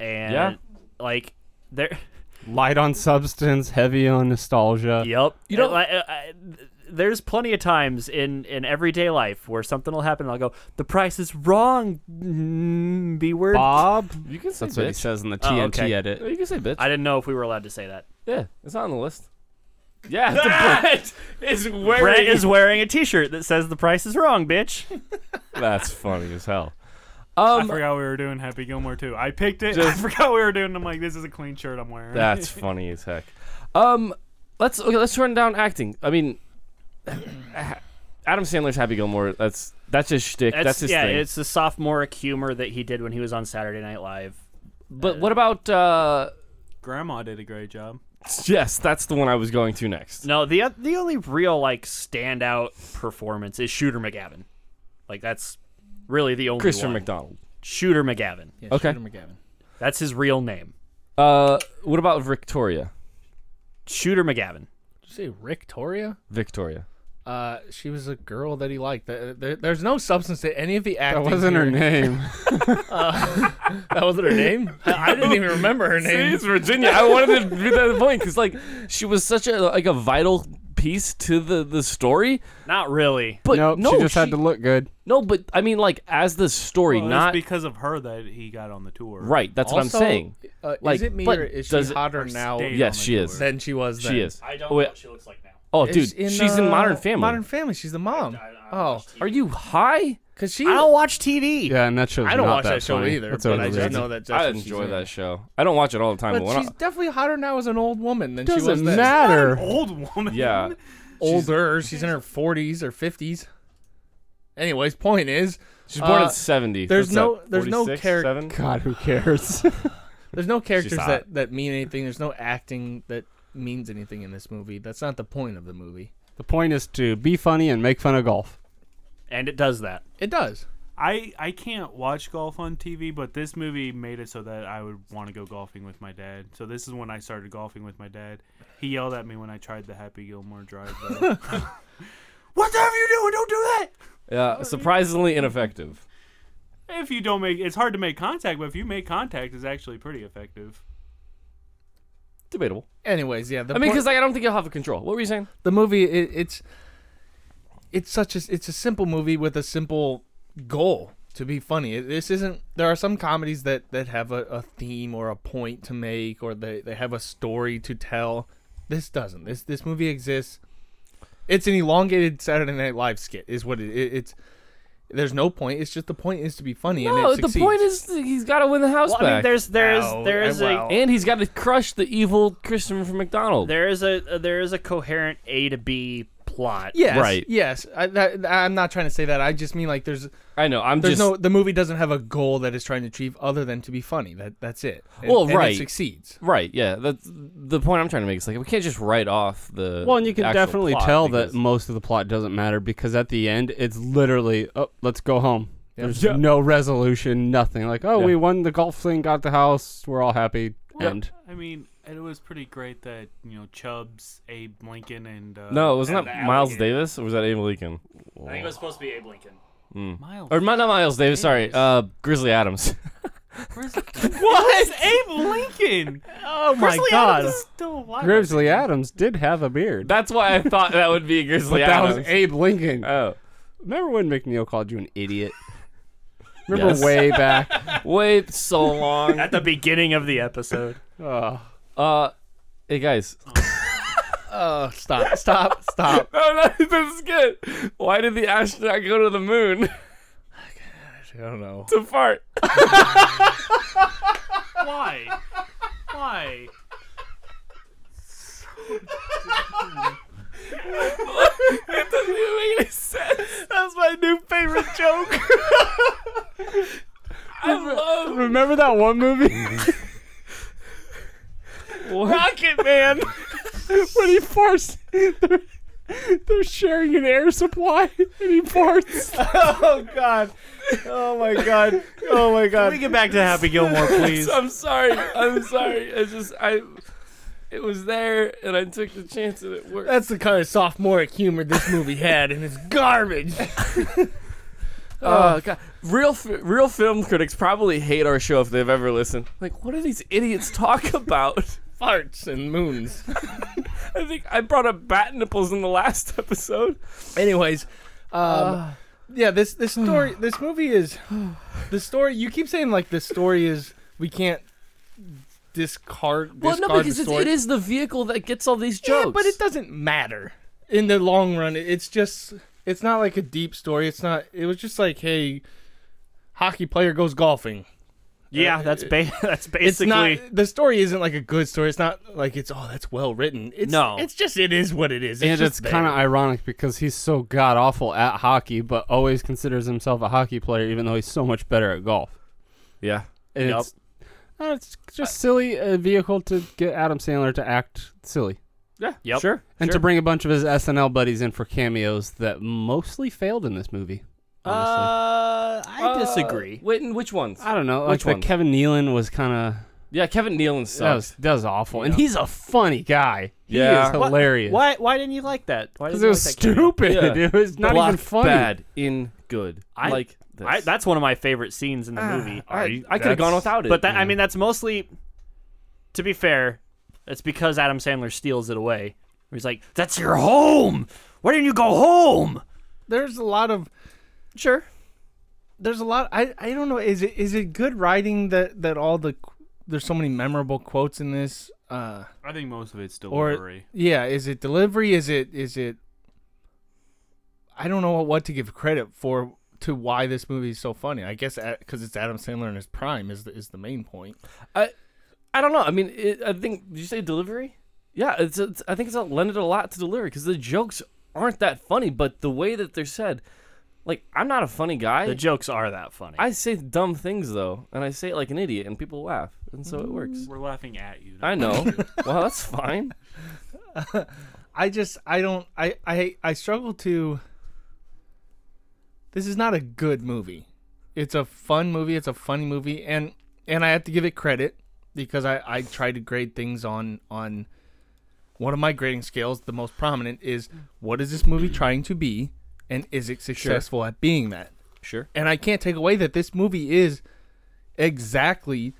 S10: and
S3: Yeah.
S10: like there.
S1: Light on substance, heavy on nostalgia.
S10: Yep. You know, like, uh, I, th- there's plenty of times in in everyday life where something will happen, and I'll go, "The price is wrong." mm, B word.
S1: Bob.
S3: You can say
S1: That's what he
S3: bitch.
S1: says in the
S10: Oh,
S1: TNT
S10: okay.
S1: edit.
S3: You can say bitch.
S10: I didn't know if we were allowed to say that.
S3: yeah, it's not on the list. Yeah, it's a bitch. It's wearing.
S10: Brett is wearing a T-shirt that says "The price is wrong, bitch."
S3: That's funny as hell.
S7: I
S3: Um,
S7: forgot we were doing Happy Gilmore too. I picked it.
S3: Just-
S7: I forgot we were doing. I'm like, this is a clean shirt I'm wearing.
S3: That's funny as heck. Um, let's okay, let's run down acting. I mean, Adam Sandler's Happy Gilmore. That's that's his shtick. That's,
S10: It's-
S3: his
S10: yeah.
S3: thing.
S10: It's the sophomoric humor that he did when he was on Saturday Night Live.
S3: but what about? uh
S7: Grandma did a great job.
S3: Yes, that's the one I was going to next.
S10: No, the o- the only real like standout performance is Shooter McGavin. Like that's really the only
S3: Christian
S10: one.
S3: McDonald.
S10: Shooter McGavin.
S2: Yeah,
S3: okay.
S2: Shooter McGavin.
S10: That's his real name.
S3: Uh, what about Victoria?
S10: Shooter McGavin.
S2: Did you say Victoria?
S3: Victoria.
S2: Uh, she was a girl that he liked. There, there- there's no substance to any of the acting.
S1: That wasn't her
S2: here.
S1: name.
S2: That wasn't her name. I I didn't even remember her
S3: See,
S2: name.
S3: it's Virginia. I wanted to be that point because like she was such a like a vital piece to the the story.
S10: Not really.
S3: But
S1: nope,
S3: no,
S1: she just had
S3: she-
S1: to look good.
S3: No, but I mean like as the story,
S7: Well, it was
S3: not
S7: because of her that he got on the tour.
S3: right. That's what I'm
S2: Also,
S3: saying.
S2: Uh,
S3: Like,
S2: is it me
S3: but
S2: or is she
S3: does it-
S2: hotter now
S7: stayed
S3: Yes,
S7: on the
S3: she is.
S7: tour.
S2: than she was then?
S3: She is.
S10: I don't know what she looks like now.
S3: Oh,
S2: Is
S3: dude, she's in Modern
S2: uh,
S3: Family.
S2: Modern Family. She's the mom. oh,
S3: Are you high?
S2: because she.
S10: I don't watch TV.
S1: Yeah, and that show's
S2: I don't
S1: not
S2: watch that show
S1: funny.
S2: either,
S1: That's
S2: but I
S1: overrated.
S2: just know that.
S3: I enjoy that show. I don't watch it all the time.
S2: But
S3: But when
S2: she's definitely hotter now as an old woman than she was
S1: Doesn't
S2: then.
S1: matter.
S7: Old woman.
S3: I, yeah,
S2: Older. She's in her 40s or 50s. Anyways, point is,
S3: she's born
S2: Uh,
S3: in seventy.
S2: there's
S3: What's
S2: no-
S3: that,
S2: there's no
S3: 46,
S2: charac-
S3: seven?
S1: God, who cares?
S2: There's no characters
S3: hot.
S2: that, that mean anything. There's no acting that means anything in this movie. That's not the point of the movie.
S1: the point is to be funny and make fun of golf.
S10: And it does that.
S2: It does.
S7: I I can't watch golf on TV, but this movie made it so that I would want to go golfing with my dad. So this is when I started golfing with my dad. He yelled at me when I tried the Happy Gilmore drive. though. what the hell are you doing? Don't do that.
S3: Yeah, surprisingly ineffective.
S7: If you don't make, it's hard to make contact. But if you make contact, it's actually pretty effective.
S3: Debatable.
S2: Anyways, yeah. The
S3: I mean,
S2: point-
S3: because like, I don't think you'll have a control. What were you saying?
S2: the movie, it, it's it's such a it's a simple movie with a simple goal to be funny. It, this isn't. There are some comedies that that have a, a theme or a point to make, or they they have a story to tell. This doesn't. This this movie exists. It's an elongated Saturday Night Live skit, is what it, it it's. There's no point. It's just the point is to be funny, and
S3: No,
S2: it
S3: the
S2: succeeds.
S3: point is he's got to win the house
S10: Well,
S3: back,
S10: I mean, there's there's
S2: Ow,
S10: there is
S2: wow.
S10: a
S3: and he's got to crush the evil Christopher McDonald.
S10: there is a there is a coherent A to B plot.
S2: Yes,
S3: Right.
S2: Yes, I, that, I'm not trying to say that. I just mean like there's
S3: I know. I'm
S2: there's
S3: just
S2: no the movie doesn't have a goal that it's trying to achieve other than to be funny. That that's it. And,
S3: Well,
S2: and
S3: right.
S2: it succeeds.
S3: right. Yeah, that's the point I'm trying to make. Is like we can't just write off the.
S1: Well, and you can
S3: actual
S1: definitely
S3: plot
S1: tell
S3: because-
S1: that most of the plot doesn't matter because at the end it's literally, oh, let's go home. There's
S3: Yeah.
S1: no resolution, nothing. Like, oh,
S3: Yeah.
S1: we won the golf thing, got the house, we're all happy.
S7: Well,
S1: End.
S7: I mean, And it was pretty great that you know Chubbs, Abe Lincoln, and uh,
S3: No, wasn't
S7: and
S3: that
S7: the
S3: Miles
S7: alligator.
S3: Davis or was that Abe Lincoln?
S10: I think it was supposed to be Abe Lincoln.
S3: Mm.
S7: Miles
S3: or not, not Miles Davis. Sorry, uh, Grizzly Adams.
S7: Where's- What? Abe Lincoln.
S2: Oh my
S7: Grizzly
S2: God.
S7: Adams is still alive.
S1: Grizzly Adams did have a beard.
S3: That's why I thought that would be
S1: but
S3: Grizzly
S1: that
S3: Adams.
S1: was Abe Lincoln.
S3: oh,
S1: Remember when McNeil called you an idiot? Remember
S3: Yes.
S1: way back?
S3: wait so long.
S10: At the beginning of the episode.
S1: Oh,
S3: Uh, hey guys.
S2: Oh, stop.
S1: stop, stop.
S3: Oh, no, this is good. Why did the astronaut go to the moon
S2: I don't know.
S3: to fart?
S7: Why? Why?
S3: It doesn't even make any sense.
S2: That's my new favorite joke.
S3: I love
S1: Remember that one movie?
S2: Rocket Man.
S1: when he farts, they're, they're sharing an air supply, and he farts.
S2: Oh God. Oh my God. Oh my God.
S7: We get back to Happy Gilmore, please.
S3: I'm sorry. I'm sorry. I just I it was there and I took the chance and it worked.
S2: That's the kind of sophomoric humor this movie had, and it's garbage.
S3: Uh, God. Real fi- real film critics probably hate our show if they've ever listened. Like, what do these idiots talk about?
S2: Farts and moons.
S3: I think I brought up bat nipples in the last episode.
S2: Anyways, um,
S3: Uh,
S2: yeah, this this story, this movie is the story. You keep saying like the story is we can't discard.
S3: Well,
S2: discard
S3: no, because
S2: the
S3: it's,
S2: story.
S3: it is the vehicle that gets all these
S2: Yeah,
S3: jokes.
S2: but it doesn't matter in the long run. it- It's just it's not like a deep story. It's not. It was just like, hey, hockey player goes golfing.
S10: Yeah, that's ba-
S2: It's
S10: that's basically
S2: not the story. Isn't like a good story. It's not like it's oh that's well written. It's,
S10: No.
S2: it's just it is what it is.
S1: and
S2: It's
S1: it's kind of ironic because he's so god awful at hockey, but always considers himself a hockey player, even though he's so much better at golf.
S3: yeah.
S1: And It's, uh, it's just silly a vehicle to get Adam Sandler to act silly.
S3: Yeah.
S10: Yep.
S3: Sure.
S1: And to
S3: sure.
S1: bring a bunch of his SNL buddies in for cameos that mostly failed in this movie. Honestly.
S10: Uh, I disagree.
S3: Uh, wait, and which ones?
S1: I don't know. Like
S3: Which
S1: the
S3: one?
S1: Kevin Nealon was kind of
S3: yeah, Kevin Nealon
S1: that
S3: sucks.
S1: was, that was awful, and he's a funny guy. he
S3: Yeah.
S1: is hilarious.
S10: Why why didn't you like that? Why
S1: Because
S10: didn't
S1: it
S10: you
S1: was
S10: like that cameo?
S1: stupid.
S3: Yeah.
S1: It was not even
S3: Blocked
S1: funny.
S3: Bad in good.
S10: I-
S3: like this.
S10: I, that's one of my favorite scenes in the movie.
S3: Ah, I- I could have gone without it.
S10: But that, I mean, that's mostly, to be fair, it's because Adam Sandler steals it away. He's like, "That's your home. Why didn't you go home?"
S2: there's a lot of
S10: Sure.
S2: there's a lot. I I don't know. Is it is it good writing that that all the there's so many memorable quotes in this. Uh,
S7: I think most of it's still
S2: or yeah is it delivery is it is it i don't know what to give credit for to why this movie is so funny i guess because it's adam sandler in his prime is the, is the main point
S3: I, I don't know. I mean, it, I think did you say delivery? Yeah, it's, it's I think it's lended a lot to delivery because the jokes aren't that funny, but the way that they're said, like I'm not a funny guy.
S10: The jokes are that funny.
S3: I say dumb things though, and I say it like an idiot, and people laugh, and so it works.
S7: We're laughing at you.
S3: I know. well, that's fine.
S2: i just i don't i i, I struggle to this is not a good movie it's a fun movie it's a funny movie and and i have to give it credit because i i try to grade things on on one of my grading scales the most prominent is what is this movie trying to be and is it successful at being that
S3: Sure.
S2: and i can't take away that this movie is exactly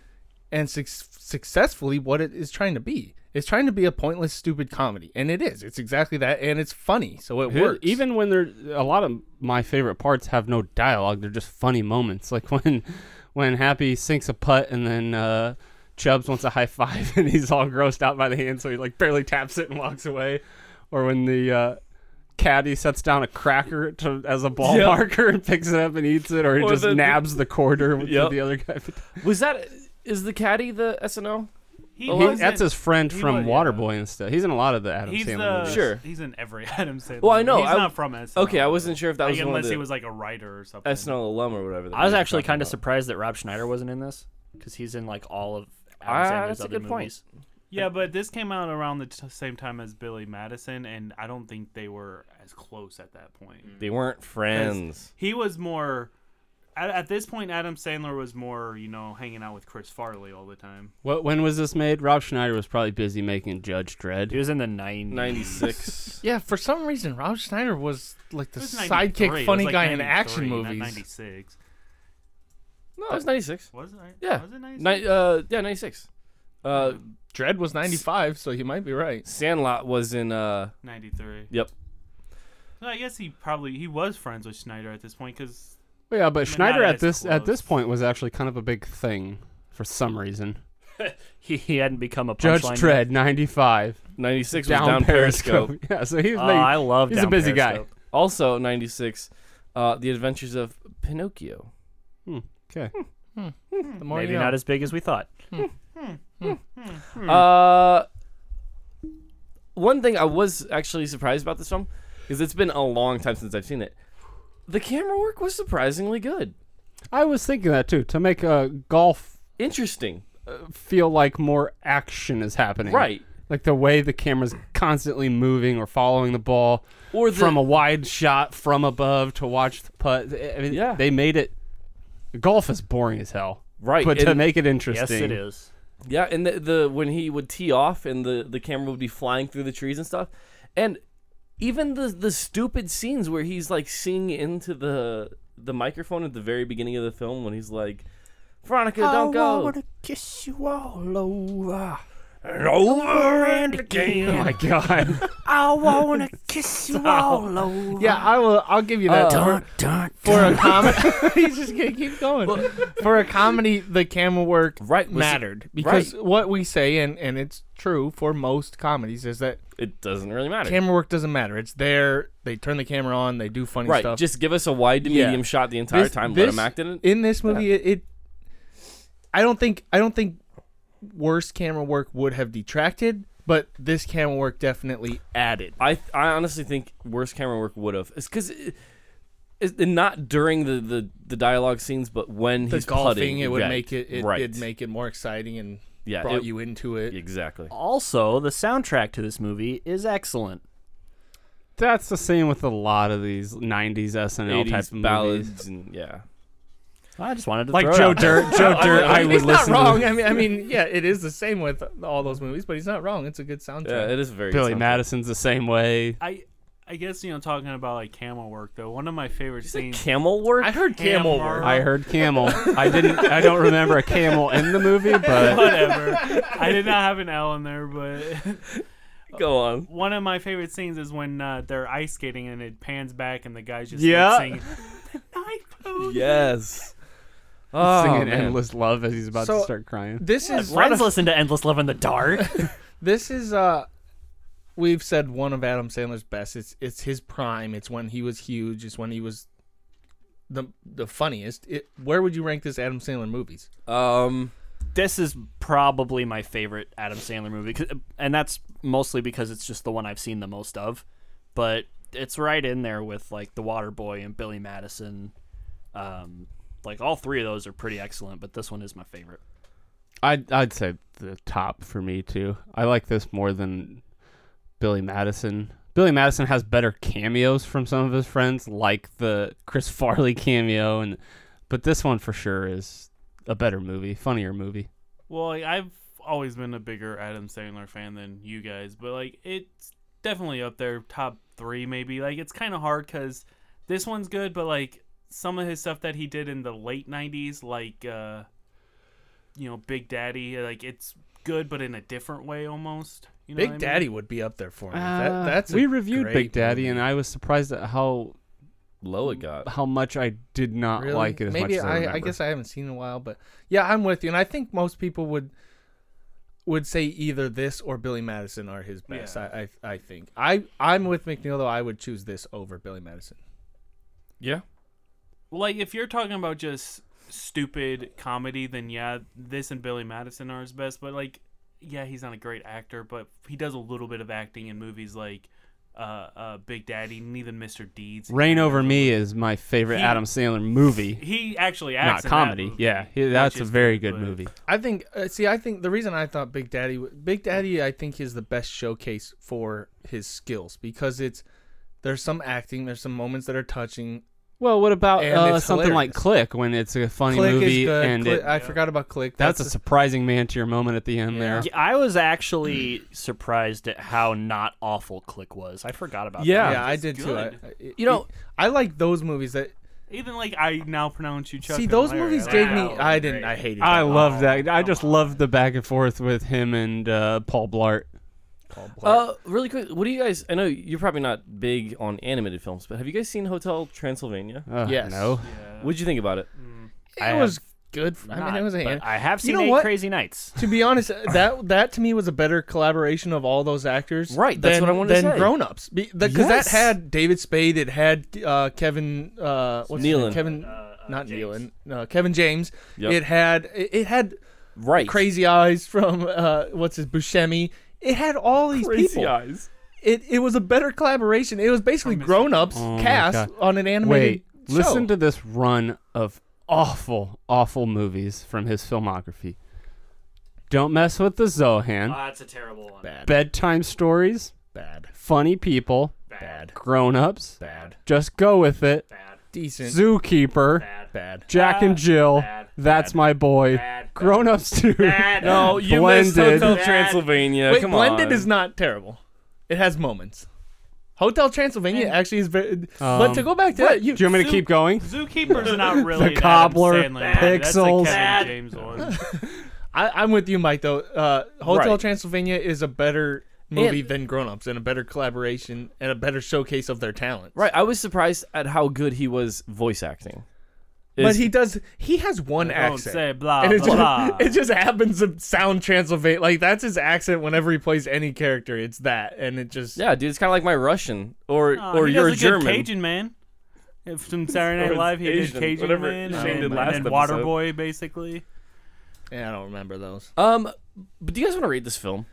S2: and suc successfully what it is trying to be it's trying to be a pointless stupid comedy and it is it's exactly that and it's funny so it
S1: Good.
S2: works
S1: Even when they're a lot of my favorite parts have no dialogue, they're just funny moments. Like when when Happy sinks a putt and then uh, Chubbs wants a high five and he's all grossed out by the hand, so he like barely taps it and walks away. Or when the uh, caddy sets down a cracker to, as a ball marker and picks it up and eats it, or he
S3: Or
S1: just
S3: the-
S1: nabs the quarter with
S3: Yep.
S1: the other guy. put-
S3: Was that is the caddy the SNL?
S7: He
S1: He-
S7: wasn't-
S1: that's his friend
S7: he
S1: from
S7: was-
S1: Waterboy and stuff. He's in a lot of the Adam
S7: He's
S1: Sandler
S7: the
S1: movies.
S3: Sure.
S7: He's in every Adam Sandler.
S3: Well, I know,
S7: He's
S3: I-
S7: not from SNL.
S3: Okay, I wasn't sure if that
S7: Like,
S3: was one of
S7: unless
S3: the-
S7: he was like a writer or something.
S3: SNL alum or whatever.
S10: I was actually kind of surprised that Rob Schneider wasn't in this because he's in like all of Adam
S3: Ah,
S10: Sandler's
S3: that's a
S10: other
S3: good point.
S10: movies.
S7: Yeah, but this came out around the t- same time as Billy Madison, and I don't
S3: Mm.
S7: think they were as close at that point.
S3: They weren't friends.
S7: He was more. at, at this point, Adam Sandler was more, you know, hanging out with Chris Farley all the time.
S1: What when was this made? Rob Schneider was probably busy making Judge Dredd. He
S10: was in the 90s.
S3: 96.
S2: Yeah, for some reason, Rob Schneider was like the
S7: It was 93,
S2: sidekick
S7: it
S2: funny
S7: was like
S2: guy in action
S7: 93, not
S2: movies.
S7: 96.
S3: No, it was 96.
S7: Was it?
S3: Yeah.
S7: Was it 96?
S3: Ni- uh, yeah, 96. Uh,
S2: Dread was 95, so you might be right.
S3: Sandlot was in. Uh,
S7: 93.
S3: yep.
S7: So I guess he probably he was friends with Schneider at this point because
S1: Well, yeah, but
S7: not
S1: Schneider at
S7: as
S1: this at this
S7: close.
S1: point was actually kind of a big thing for some reason.
S10: He, he hadn't become a
S1: Judge
S10: punchline
S1: Dredd, ninety five.
S3: 96 was
S1: Down,
S3: down Periscope.
S1: Yeah, so he was.
S10: Oh,
S1: making-
S10: I love
S1: He's a
S10: Down
S1: busy
S10: Periscope.
S3: Also, 96, uh, The Adventures of Pinocchio.
S1: guy. Okay.
S2: The more
S10: Maybe
S2: you
S3: Oh,
S2: know.
S10: not as big as we thought.
S3: Uh, one thing I was actually surprised about this film is it's been a long time since I've seen it. The camera work was surprisingly good.
S1: I was thinking that too to make uh, golf
S3: Interesting.
S1: feel like more action is happening.
S3: Right.
S1: Like the way the camera's constantly moving or following the ball,
S3: Or the,
S1: from a wide shot from above to watch the putt. I mean,
S3: Yeah.
S1: they made it. Golf is boring as hell,
S3: Right,
S1: But to
S3: and-
S1: make it
S10: Yes,
S1: interesting,
S10: it is.
S3: Yeah, and the, the when he would tee off and the, the camera would be flying through the trees and stuff. And even the the stupid scenes where he's like singing into the the microphone at the very beginning of the film when he's like Veronica, don't go.
S10: kiss you all over.
S3: over and again.
S1: Oh my god! Oh.
S10: I wanna kiss you all over.
S2: Yeah, I will. I'll give you that. for, for a comedy, he's just gonna keep going. for a comedy, the camera work
S3: Right, was-
S2: mattered because what we say, and and it's true for most comedies, is that
S3: It doesn't really matter.
S2: camera work doesn't matter. It's there. They turn the camera on. They do funny
S3: right.
S2: stuff.
S3: Just give us a wide to
S2: Yeah.
S3: medium shot the entire
S2: This-
S3: time. Let
S2: this-
S3: him act in it.
S2: in this movie. It, it. I don't think. I don't think worse camera work would have detracted, but this camera work definitely added.
S3: I I honestly think worse camera work would have. It's because it, it's not during the, the the dialogue scenes, but when
S2: The
S3: he's
S2: golfing,
S3: putting,
S2: it would
S3: right,
S2: make it. It
S3: right.
S2: did make it more exciting and
S3: Yeah,
S2: brought
S3: it-
S2: you into it.
S3: exactly.
S10: Also, the soundtrack to this movie is excellent.
S1: That's the same with a lot of these '90s SNL
S3: 80s
S1: type of
S3: ballads
S1: movies.
S3: and yeah.
S10: I just wanted to
S1: Like
S10: throw it
S1: Joe
S10: out there.
S1: Dirt, Joe Dirt. I
S2: he's
S1: would
S2: not
S1: listen
S2: wrong.
S1: to
S2: I mean, I mean, yeah, it is the same with all those movies, but he's not wrong. It's a good soundtrack.
S3: Yeah, it is very
S1: Billy
S3: something.
S1: Madison's the same way.
S7: I I guess you know talking about like camel work though. One of my favorite
S3: Is it
S7: scenes.
S3: camel work?
S2: I heard camel
S7: Hammer.
S2: work.
S1: I heard camel. I didn't. I don't remember a camel in the movie, but
S7: Whatever. I did not have an L in there, but
S3: Go on.
S7: one of my favorite scenes is when uh, they're ice skating and it pans back and the guys just
S1: Yeah.
S7: like, singing. The night goes
S3: Yes. Oh,
S1: singing
S3: man.
S1: "Endless Love" as he's about
S2: So-
S1: to start crying.
S2: This is
S10: Friends listen to Endless Love in the Dark.
S2: this is uh, we've said one of Adam Sandler's best. It's it's his prime. It's when he was huge. It's when he was the the funniest. It, where would you rank this Adam Sandler movies?
S3: Um,
S10: this is probably my favorite Adam Sandler movie, 'cause- and that's mostly because it's just the one I've seen the most of. But it's right in there with like The Water Boy and Billy Madison. Um, like all three of those are pretty excellent, but this one is my favorite.
S1: I'd I'd say the top for me too. I like this more than Billy Madison. Billy Madison has better cameos from some of his friends, like the Chris Farley cameo, and but this one for sure is a better movie, funnier movie.
S7: Well, like, I've always been a bigger Adam Sandler fan than you guys, but like it's definitely up there, top three maybe. Like it's kind of hard because this one's good, but like some of his stuff that he did in the late '90s, like uh, you know, Big Daddy, like it's good, but in a different way almost. You know what I
S2: Big
S7: mean? Uh,
S2: Daddy would be up there for me. that, that's a
S1: we reviewed
S2: great
S1: Big Daddy,
S2: movie.
S1: and I was surprised at how
S3: low it got.
S1: how much I did not
S2: Really?
S1: like it as
S2: Maybe
S1: much as I,
S2: I, I
S1: remember.
S2: guess I haven't seen it in a while, but yeah, I'm with you. And I think most people would would say either this or Billy Madison are his best. I, I I think I I'm with McNeil though. I would choose this over Billy Madison.
S3: Yeah.
S7: Like if you're talking about just stupid comedy, then yeah, this and Billy Madison are his best. But like, yeah, he's not a great actor, but he does a little bit of acting in movies like uh, uh, Big Daddy and even Mr. Deeds.
S1: Rain Over Me is my favorite
S7: He-
S1: Adam Sandler movie,
S7: He actually
S1: not
S7: acts in that
S1: comedy.
S7: movie,
S1: Yeah, he-
S7: which
S1: that's a
S7: is
S1: very good
S7: but-
S1: movie.
S2: I think uh, see I think the reason I thought Big Daddy w- Big Daddy I think is the best showcase for his skills because it's there's some acting, there's some moments that are touching
S1: Well, what about
S2: And
S1: uh,
S2: it's
S1: something like
S2: hilarious.
S1: Click when it's a funny
S2: Click is
S1: movie
S2: good.
S1: and
S2: Click-
S1: it,
S2: I forgot about Click.
S1: That's, a surprising man to your moment at the end there.
S10: Yeah, I was actually surprised at how not awful Click was. I forgot about
S2: yeah,
S10: that.
S2: I did too. I,
S7: good.
S2: I-
S10: You know-
S2: I like those movies that
S7: Even like I now pronounce you Chuck.
S2: see
S7: and
S2: those
S7: Larry.
S2: movies
S7: Like,
S2: gave
S7: wow,
S2: me. I didn't. I hated.
S1: I
S2: them.
S1: love that. I just love the back and forth with him and uh, Paul Blart.
S3: Uh, really quick, what do you guys? I know you're probably not big on animated films, but have you guys seen Hotel Transylvania?
S1: Uh,
S2: Yes.
S1: No.
S3: What'd you think about it?
S2: It
S10: I
S2: was good. For, I mean,
S10: Not,
S2: it was. a-
S10: but I have
S2: You
S10: seen
S2: know
S10: Eight
S2: what?
S10: Crazy Nights.
S2: to be honest, uh, that that to me was a better collaboration of all those actors.
S3: Right, that's
S2: than,
S3: what I wanted to
S2: than
S3: say.
S2: Grown Ups, because that
S3: Yes.
S2: had David Spade. It had uh, Kevin. Uh, what's his name?
S3: Nealon.
S2: Kevin. not Nealon. No, Kevin James.
S3: Yep.
S2: It had. It, it had
S3: Right.
S2: Crazy Eyes from uh, what's his Buscemi. It had all these people.
S3: eyes.
S2: It it was a better collaboration. It was basically Grown Ups
S1: Oh my
S2: cast
S1: God.
S2: on an animated.
S1: Wait,
S2: show.
S1: listen to this run of awful, awful movies from his filmography. Don't mess with the Zohan.
S10: Oh, that's a terrible one.
S2: bad
S1: Bedtime stories.
S2: bad
S1: Funny people.
S2: bad
S1: Grown ups.
S2: bad
S1: Just go with it.
S2: decent
S1: Zookeeper.
S2: bad.
S1: Jack and Jill. That's my boy. Grown ups too.
S3: No, you missed
S1: Blended.
S3: Hotel Transylvania.
S2: Wait,
S3: Come
S2: blended
S3: on.
S2: is not terrible. It has moments. Hotel Transylvania actually is very. but to
S1: Um,
S2: go back to that, you,
S1: Do you want me to keep going?
S7: Zookeeper's not really an Adam
S1: Cobbler,
S7: Sandler movie. That's a
S1: Pixels.
S7: Kevin James one.
S2: I, I'm with you, Mike. Though uh, Hotel
S3: Right.
S2: Transylvania is a better movie than Grown Ups and a better collaboration and a better showcase of their talent.
S3: Right, I was surprised at how good he was voice acting.
S2: but
S3: Is-
S2: he does. He has one
S7: Don't
S2: accent.
S7: say blah
S2: and it
S7: blah
S2: just,
S7: blah.
S2: it just happens to sound Transylvania. Like that's his accent whenever he plays any character. It's that, and it just
S3: yeah, dude, it's kind of like my Russian or
S7: Aw,
S3: or
S7: Oh, he
S3: you're
S7: does a
S3: German.
S7: Good Cajun man. If From Saturday
S3: Or
S7: Night
S3: it's
S7: Live, he
S3: Asian,
S7: did Cajun
S3: whatever
S7: Man,
S3: Shane
S7: and,
S3: did
S7: and
S3: last
S7: then
S3: episode.
S7: Waterboy, basically.
S2: yeah, I don't remember those.
S3: Um, but do you guys want to rate this film?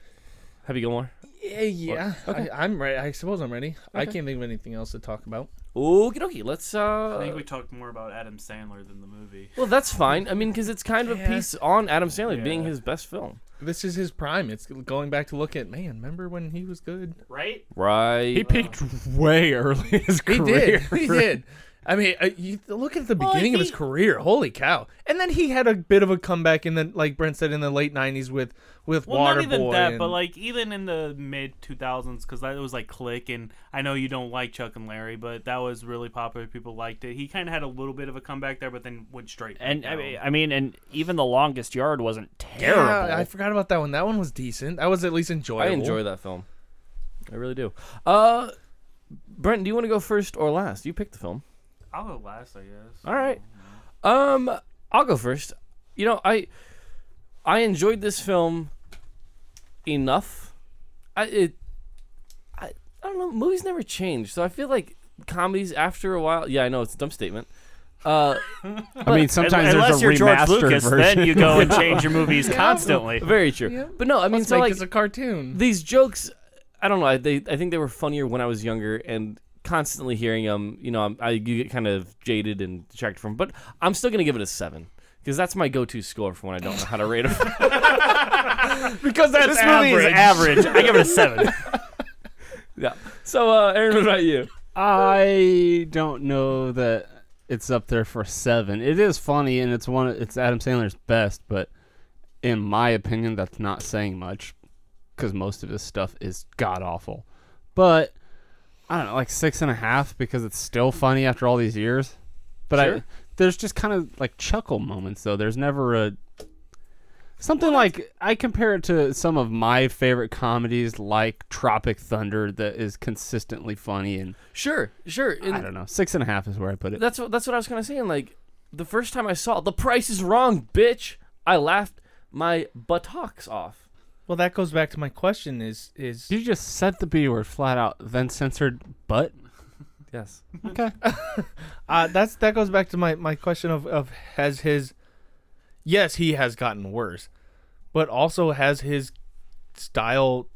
S3: Happy Gilmore.
S2: Yeah, yeah. I, I'm ready. I suppose I'm ready. I can't think of anything else to talk about.
S3: Okie dokie. Let's.
S7: I
S3: uh
S7: think we talked more about Adam Sandler than the movie.
S3: Well, that's fine. I mean, because it's kind of a piece on Adam Sandler being his best film.
S2: This is his prime. It's going back to look at man. Remember when he was good?
S10: Right?
S3: Right.
S1: He peaked way early in his
S2: He
S1: career.
S2: did. He did. I mean, uh, you look at the
S10: Well,
S2: beginning of his
S10: he-
S2: career. Holy cow! And then he had a bit of a comeback in the like Brent said in the late '90s with with
S7: Well,
S2: Waterboy.
S7: not even that, but
S2: and-
S7: like even in the mid 2000s, because that was like Click, and I know you don't like Chuck and Larry, but that was really popular. People liked it. He kind of had a little bit of a comeback there, but then went straight. back
S10: And I
S7: down.
S10: mean, I mean, and even the longest yard wasn't terrible.
S2: yeah, I forgot about that one. That one was decent. That was at least enjoyable.
S3: I enjoy that film. I really do. Uh, Brent, do you want to go first or last? You pick the film.
S7: I'll go last, I guess.
S3: All right. Um, I'll go first. You know, I I enjoyed this film enough. I it I, I don't know. Movies never change, so I feel like comedies after a while. Yeah, I know it's a dumb statement. Uh,
S1: I mean, sometimes
S10: Unless
S1: there's a
S10: you're
S1: remastered
S10: George Lucas,
S1: version.
S10: then you go and change your movies constantly.
S3: very true. But no, I mean,
S2: Let's
S3: so
S2: make
S3: like
S2: this a cartoon.
S3: these jokes i don't know I, they, I think they were funnier when i was younger and constantly hearing them you know I'm, i you get kind of jaded and distracted from 'em, but i'm still gonna give it a seven because that's my go-to score for when i don't know how to rate them
S2: because that's
S10: This movie is average. I give it a seven.
S3: yeah so uh aaron what about you
S1: I don't know that it's up there for seven. It is funny, and it's one. It's Adam Sandler's best, but in my opinion, that's not saying much because most of his stuff is god awful. But I don't know, like six and a half because it's still funny after all these years. But I,
S3: Sure.
S1: there's just kind of like chuckle moments though. There's never a Something like I compare it to some of my favorite comedies, like Tropic Thunder, that is consistently funny and
S3: sure sure and
S1: I don't know. Six and a half is where I put it.
S3: that's what that's what i was kind of saying like the first time i saw it, the price is wrong bitch i laughed my buttocks off
S2: Well, that goes back to my question: is is
S1: you just said the B word flat out, then censored butt?
S3: yes
S1: Okay.
S2: Uh, that's that goes back to my, my question of, of has his yes he has gotten worse, but also has his style,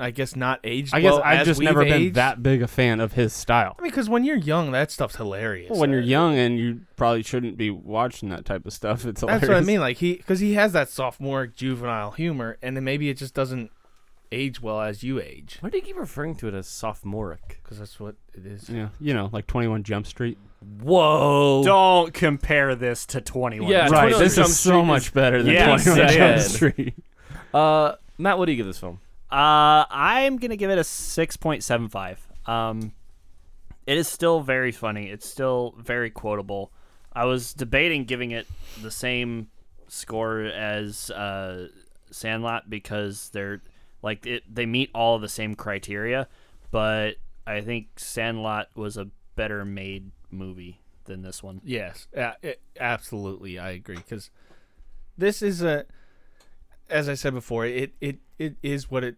S2: I guess not aged.
S1: I guess
S2: well
S1: I've
S2: as
S1: just
S2: we've
S1: never been
S2: aged?
S1: that big a fan of his style.
S2: I mean, because when you're young, that stuff's hilarious.
S1: when you're
S2: Uh,
S1: young and you probably shouldn't be watching that type of stuff, it's
S2: that's
S1: hilarious.
S2: what I mean. Like he because he has that sophomoric juvenile humor, and then maybe it just doesn't age well as you age.
S3: Why do you keep referring to it as sophomoric?
S2: Because that's what it is.
S1: Yeah, you know, like Twenty One Jump Street.
S10: Whoa! Don't compare this to Twenty One.
S3: Yeah,
S1: right.
S3: 21
S1: This
S3: Jump
S1: is
S3: Street
S1: so
S3: is-
S1: much better than
S10: Yes,
S1: Twenty One
S10: it
S1: Jump
S3: is.
S1: Street.
S3: Uh, Matt, what do you give this film?
S10: Uh, I'm gonna give it a six point seven five. Um, it is still very funny. It's still very quotable. I was debating giving it the same score as uh, Sandlot because they're like it, they meet all the same criteria, but I think Sandlot was a better made movie than this one.
S2: Yes, a- a- absolutely, I agree. Because this is a, as I said before, it it it is what it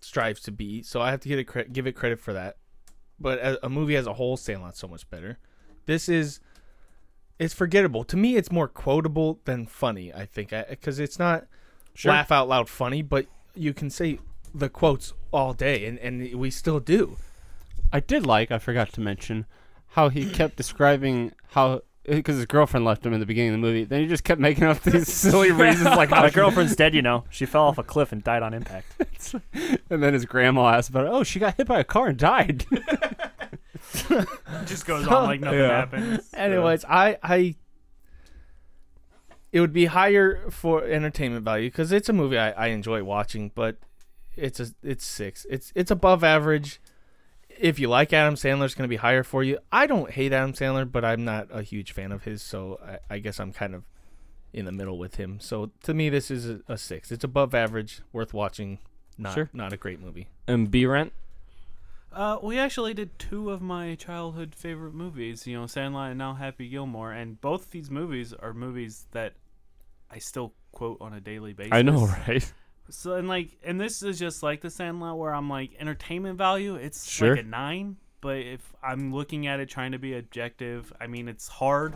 S2: strives to be. So I have to get it cre- give it credit for that. But a, a movie as a whole, Sandlot's so much better. This is, it's forgettable to me. It's more quotable than funny. I think because it's not laugh out loud funny, but you can say the quotes all day, and and we still do.
S1: I did like, I forgot to mention, how he kept describing how because his girlfriend left him in the beginning of the movie. Then he just kept making up these silly reasons, like
S10: My girlfriend's dead, you know. She fell off a cliff and died on impact.
S1: And then his grandma asked about, it. oh, she got hit by a car and died.
S7: It just goes on like nothing happened.
S2: Anyways, I I it would be higher for entertainment value because it's a movie I, I enjoy watching, but it's a it's six. It's it's above average. If you like Adam Sandler, it's going to be higher for you. I don't hate Adam Sandler, but I'm not a huge fan of his, so I, I guess I'm kind of in the middle with him. So to me, this is a, a six. It's above average, worth watching. Not
S3: Sure.
S2: not a great movie.
S3: And B rent.
S7: Uh, we actually did two of my childhood favorite movies, you know, Sandlot and now Happy Gilmore, and both these movies are movies that I still quote on a daily basis.
S3: I know, right?
S7: So and like, and this is just like the Sandlot, where I'm like, entertainment value, it's
S3: Sure.
S7: like a nine. But if I'm looking at it, trying to be objective, I mean, it's hard,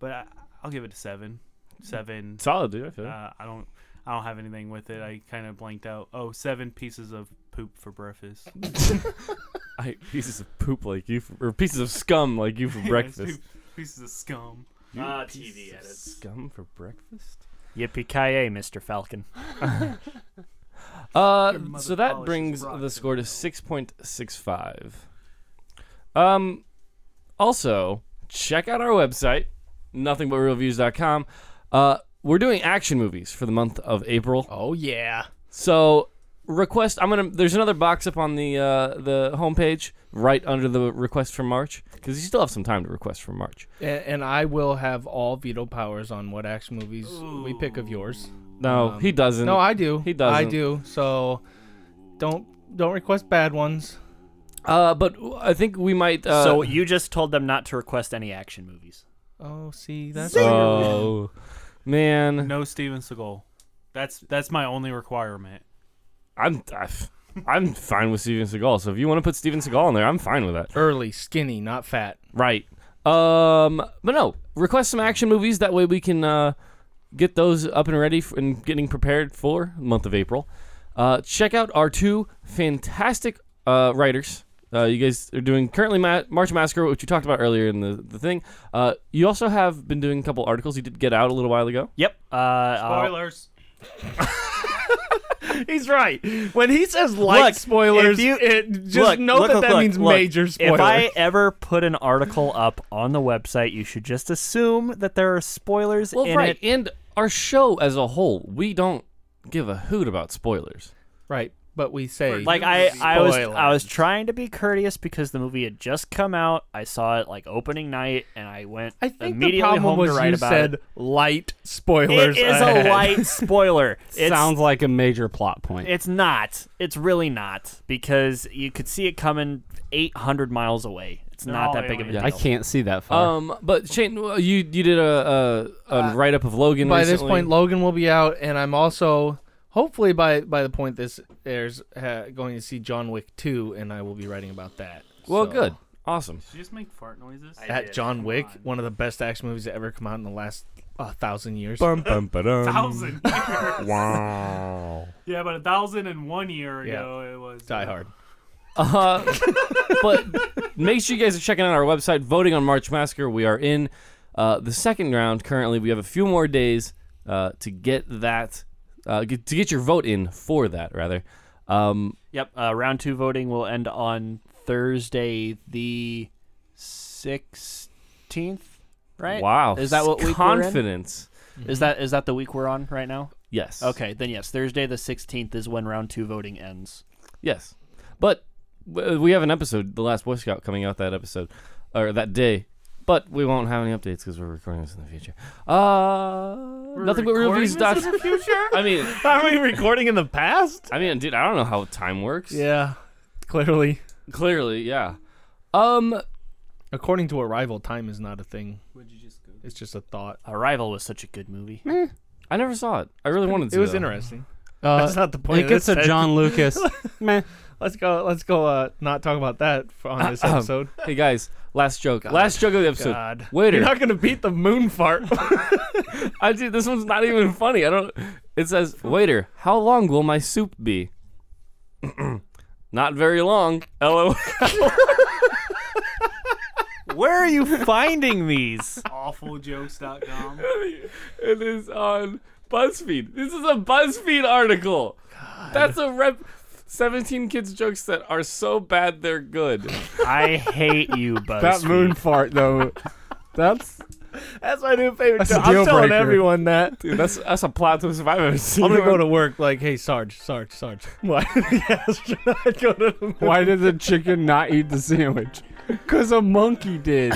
S7: but I, I'll give it a seven. Seven.
S3: Solid, dude. I feel.
S7: Uh, I don't. I don't have anything with it. I kind of blanked out. Oh, seven pieces of poop for breakfast.
S3: I eat pieces of poop like you, for, or pieces of scum like you for breakfast.
S7: pieces of scum.
S10: Ah, TV edits.
S3: Scum for breakfast.
S10: Yippee ki yay, Mr. Falcon.
S3: Uh,
S7: Your mother
S3: so that
S7: polishes
S3: brings
S7: rocks
S3: the
S7: with
S3: score to
S7: metal.
S3: six point six five. Um, also check out our website, nothingbutrealviews.com. Uh, we're doing action movies for the month of April.
S2: Oh yeah,
S3: So request. I'm gonna. There's another box up on the uh, the homepage right under the request for March because you still have some time to request for March.
S2: and, and I will have all veto powers on what action movies we pick of yours.
S3: No, he doesn't.
S2: Um, No, I do.
S3: He doesn't.
S2: I do. So don't don't request bad ones.
S3: Uh, but I think we might. Uh,
S10: so you just told them not to request any action movies.
S2: Oh, see that's
S3: Oh man,
S7: No Steven Seagal. That's that's my only requirement.
S3: I'm I, I'm fine with Steven Seagal. So if you want to put Steven Seagal in there, I'm fine with that.
S2: early, skinny, not fat.
S3: Right. Um, but no, request some action movies. That way we can uh, get those up and ready f- and getting prepared for the month of April. Uh, check out our two fantastic uh, writers. Uh, you guys are doing currently Ma- March Massacre, which you talked about earlier in the, the thing. Uh, you also have been doing a couple articles. You did get out a little while ago.
S10: Yep. Uh, I'll-
S2: He's right. When he says light
S10: Look,
S2: spoilers,
S10: if you-
S2: it, just
S10: Look,
S2: know
S10: look,
S2: that
S10: look,
S2: that
S10: look,
S2: means
S10: look.
S2: major spoilers.
S10: If I ever put an article up on the website, you should just assume that there are spoilers
S3: Well,
S10: in
S3: right.
S10: it.
S3: And our show as a whole, we don't give a hoot about spoilers.
S2: right, but we say
S10: Like I, I was,
S2: Spoilers.
S10: I was trying to be courteous because the movie had just come out. I saw it like opening night, and I went
S2: I think the
S10: immediately
S2: problem
S10: home
S2: was
S10: to write
S2: you
S10: about
S2: said
S10: it.
S2: light spoilers.
S10: It is
S2: ahead.
S10: a light spoiler. It's,
S1: Sounds like a major plot point.
S10: It's not. It's really not because you could see it coming 800 miles away. It's not
S7: all
S10: that big of a deal.
S7: aliens.
S1: I can't see that far.
S3: Um, but Shane, well, you you did a, a, a write up of Logan.
S2: Uh, By this
S3: recently.
S2: point, Logan will be out, and I'm also hopefully by by the point this airs ha, going to see John Wick two, and I will be writing about that.
S3: well,
S2: So-
S3: good, awesome.
S7: Did you just make fart noises?
S2: at John Wick, one of the best action movies that ever come out in the last uh, thousand years.
S7: thousand years. wow. Yeah, but a thousand and one year ago it was
S2: Die Hard.
S3: Uh, but make sure you guys are checking out our website, voting on March Massacre. We are in uh, the second round currently. We have a few more days uh, to get that, uh, get, to get your vote in for that, rather. Um,
S10: Yep. Uh, round two voting will end on Thursday, the sixteenth. Right.
S3: Wow.
S10: Is that what week we're in?
S3: confidence?
S10: Is that is that the week we're on right now?
S3: Yes.
S10: Okay. Then yes, Thursday the sixteenth is when round two voting ends.
S3: Yes, but w- we have an episode, the last Boy Scout, coming out that episode or that day. But we won't have any updates because we're recording this in the future. Uh, nothing but real
S7: recording
S3: views.
S7: this
S3: Dots.
S7: in the future?
S3: I mean,
S2: Are we recording in the past?
S3: I mean, dude, I don't know how time works.
S2: Yeah, clearly.
S3: Clearly, yeah. Um,
S2: According to Arrival, time is not a thing. It's just a thought.
S10: Arrival was such a good movie.
S3: I never saw it. I really wanted to.
S2: It was
S3: though.
S2: interesting.
S1: Uh,
S2: That's not the point.
S1: It gets
S2: of
S1: a
S2: this.
S1: John Lucas. Meh.
S2: Let's go. Let's go. Uh, not talk about that for, on
S1: Um,
S2: this episode.
S3: Hey guys, last joke. Last joke of the episode.
S2: God.
S3: Waiter.
S2: You're not gonna beat the moon fart.
S3: I dude, this one's not even funny. I don't. It says, "Waiter, how long will my soup be?" not very long. LOL.
S10: Where are you finding these?
S7: Awfuljokes.com.
S3: It is on BuzzFeed. This is a BuzzFeed article. That's a rep. 17 kids jokes that are so bad they're good.
S10: I hate you, Buzz.
S1: that moon fart though. That's
S2: That's my new favorite.
S1: That's a
S2: joke. I'm
S1: deal
S2: telling
S1: breaker.
S2: everyone that.
S3: Dude, that's that's a plot twist if I've ever seen.
S2: I'm gonna go
S3: one.
S2: to work. Like, hey, Sarge, Sarge, Sarge. Why? yes, I go to the moon.
S1: why did the chicken not eat the sandwich? Cause a monkey did.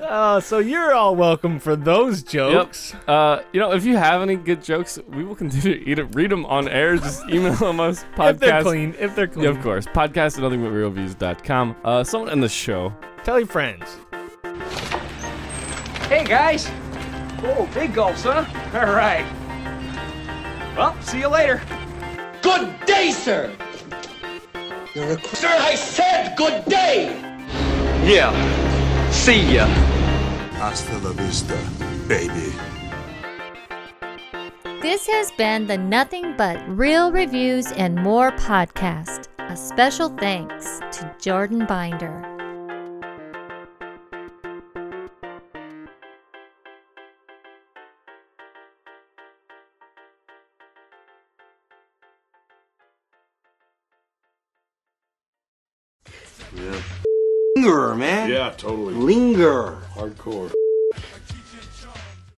S2: Uh, so you're all welcome for those
S3: Yep.
S2: jokes.
S3: Uh, you know, if you have any good jokes, we will continue to eat it, read them on air. Just email them us. Podcast.
S2: If they're clean, if they're clean,
S3: Yeah, of course. Podcast at nothingbutrealviews.com. Uh, someone in the show.
S2: tell your friends.
S6: Hey, guys. Oh, big gulps, huh? All right. Well, see you later.
S11: Good day, sir. Sir, I said good day.
S6: Yeah. See ya.
S5: Hasta la vista, baby.
S8: This has been the Nothing But Real Reviews and More podcast. A special thanks to Jordan Binder.
S5: Linger, man. Yeah, totally. Linger. Hardcore.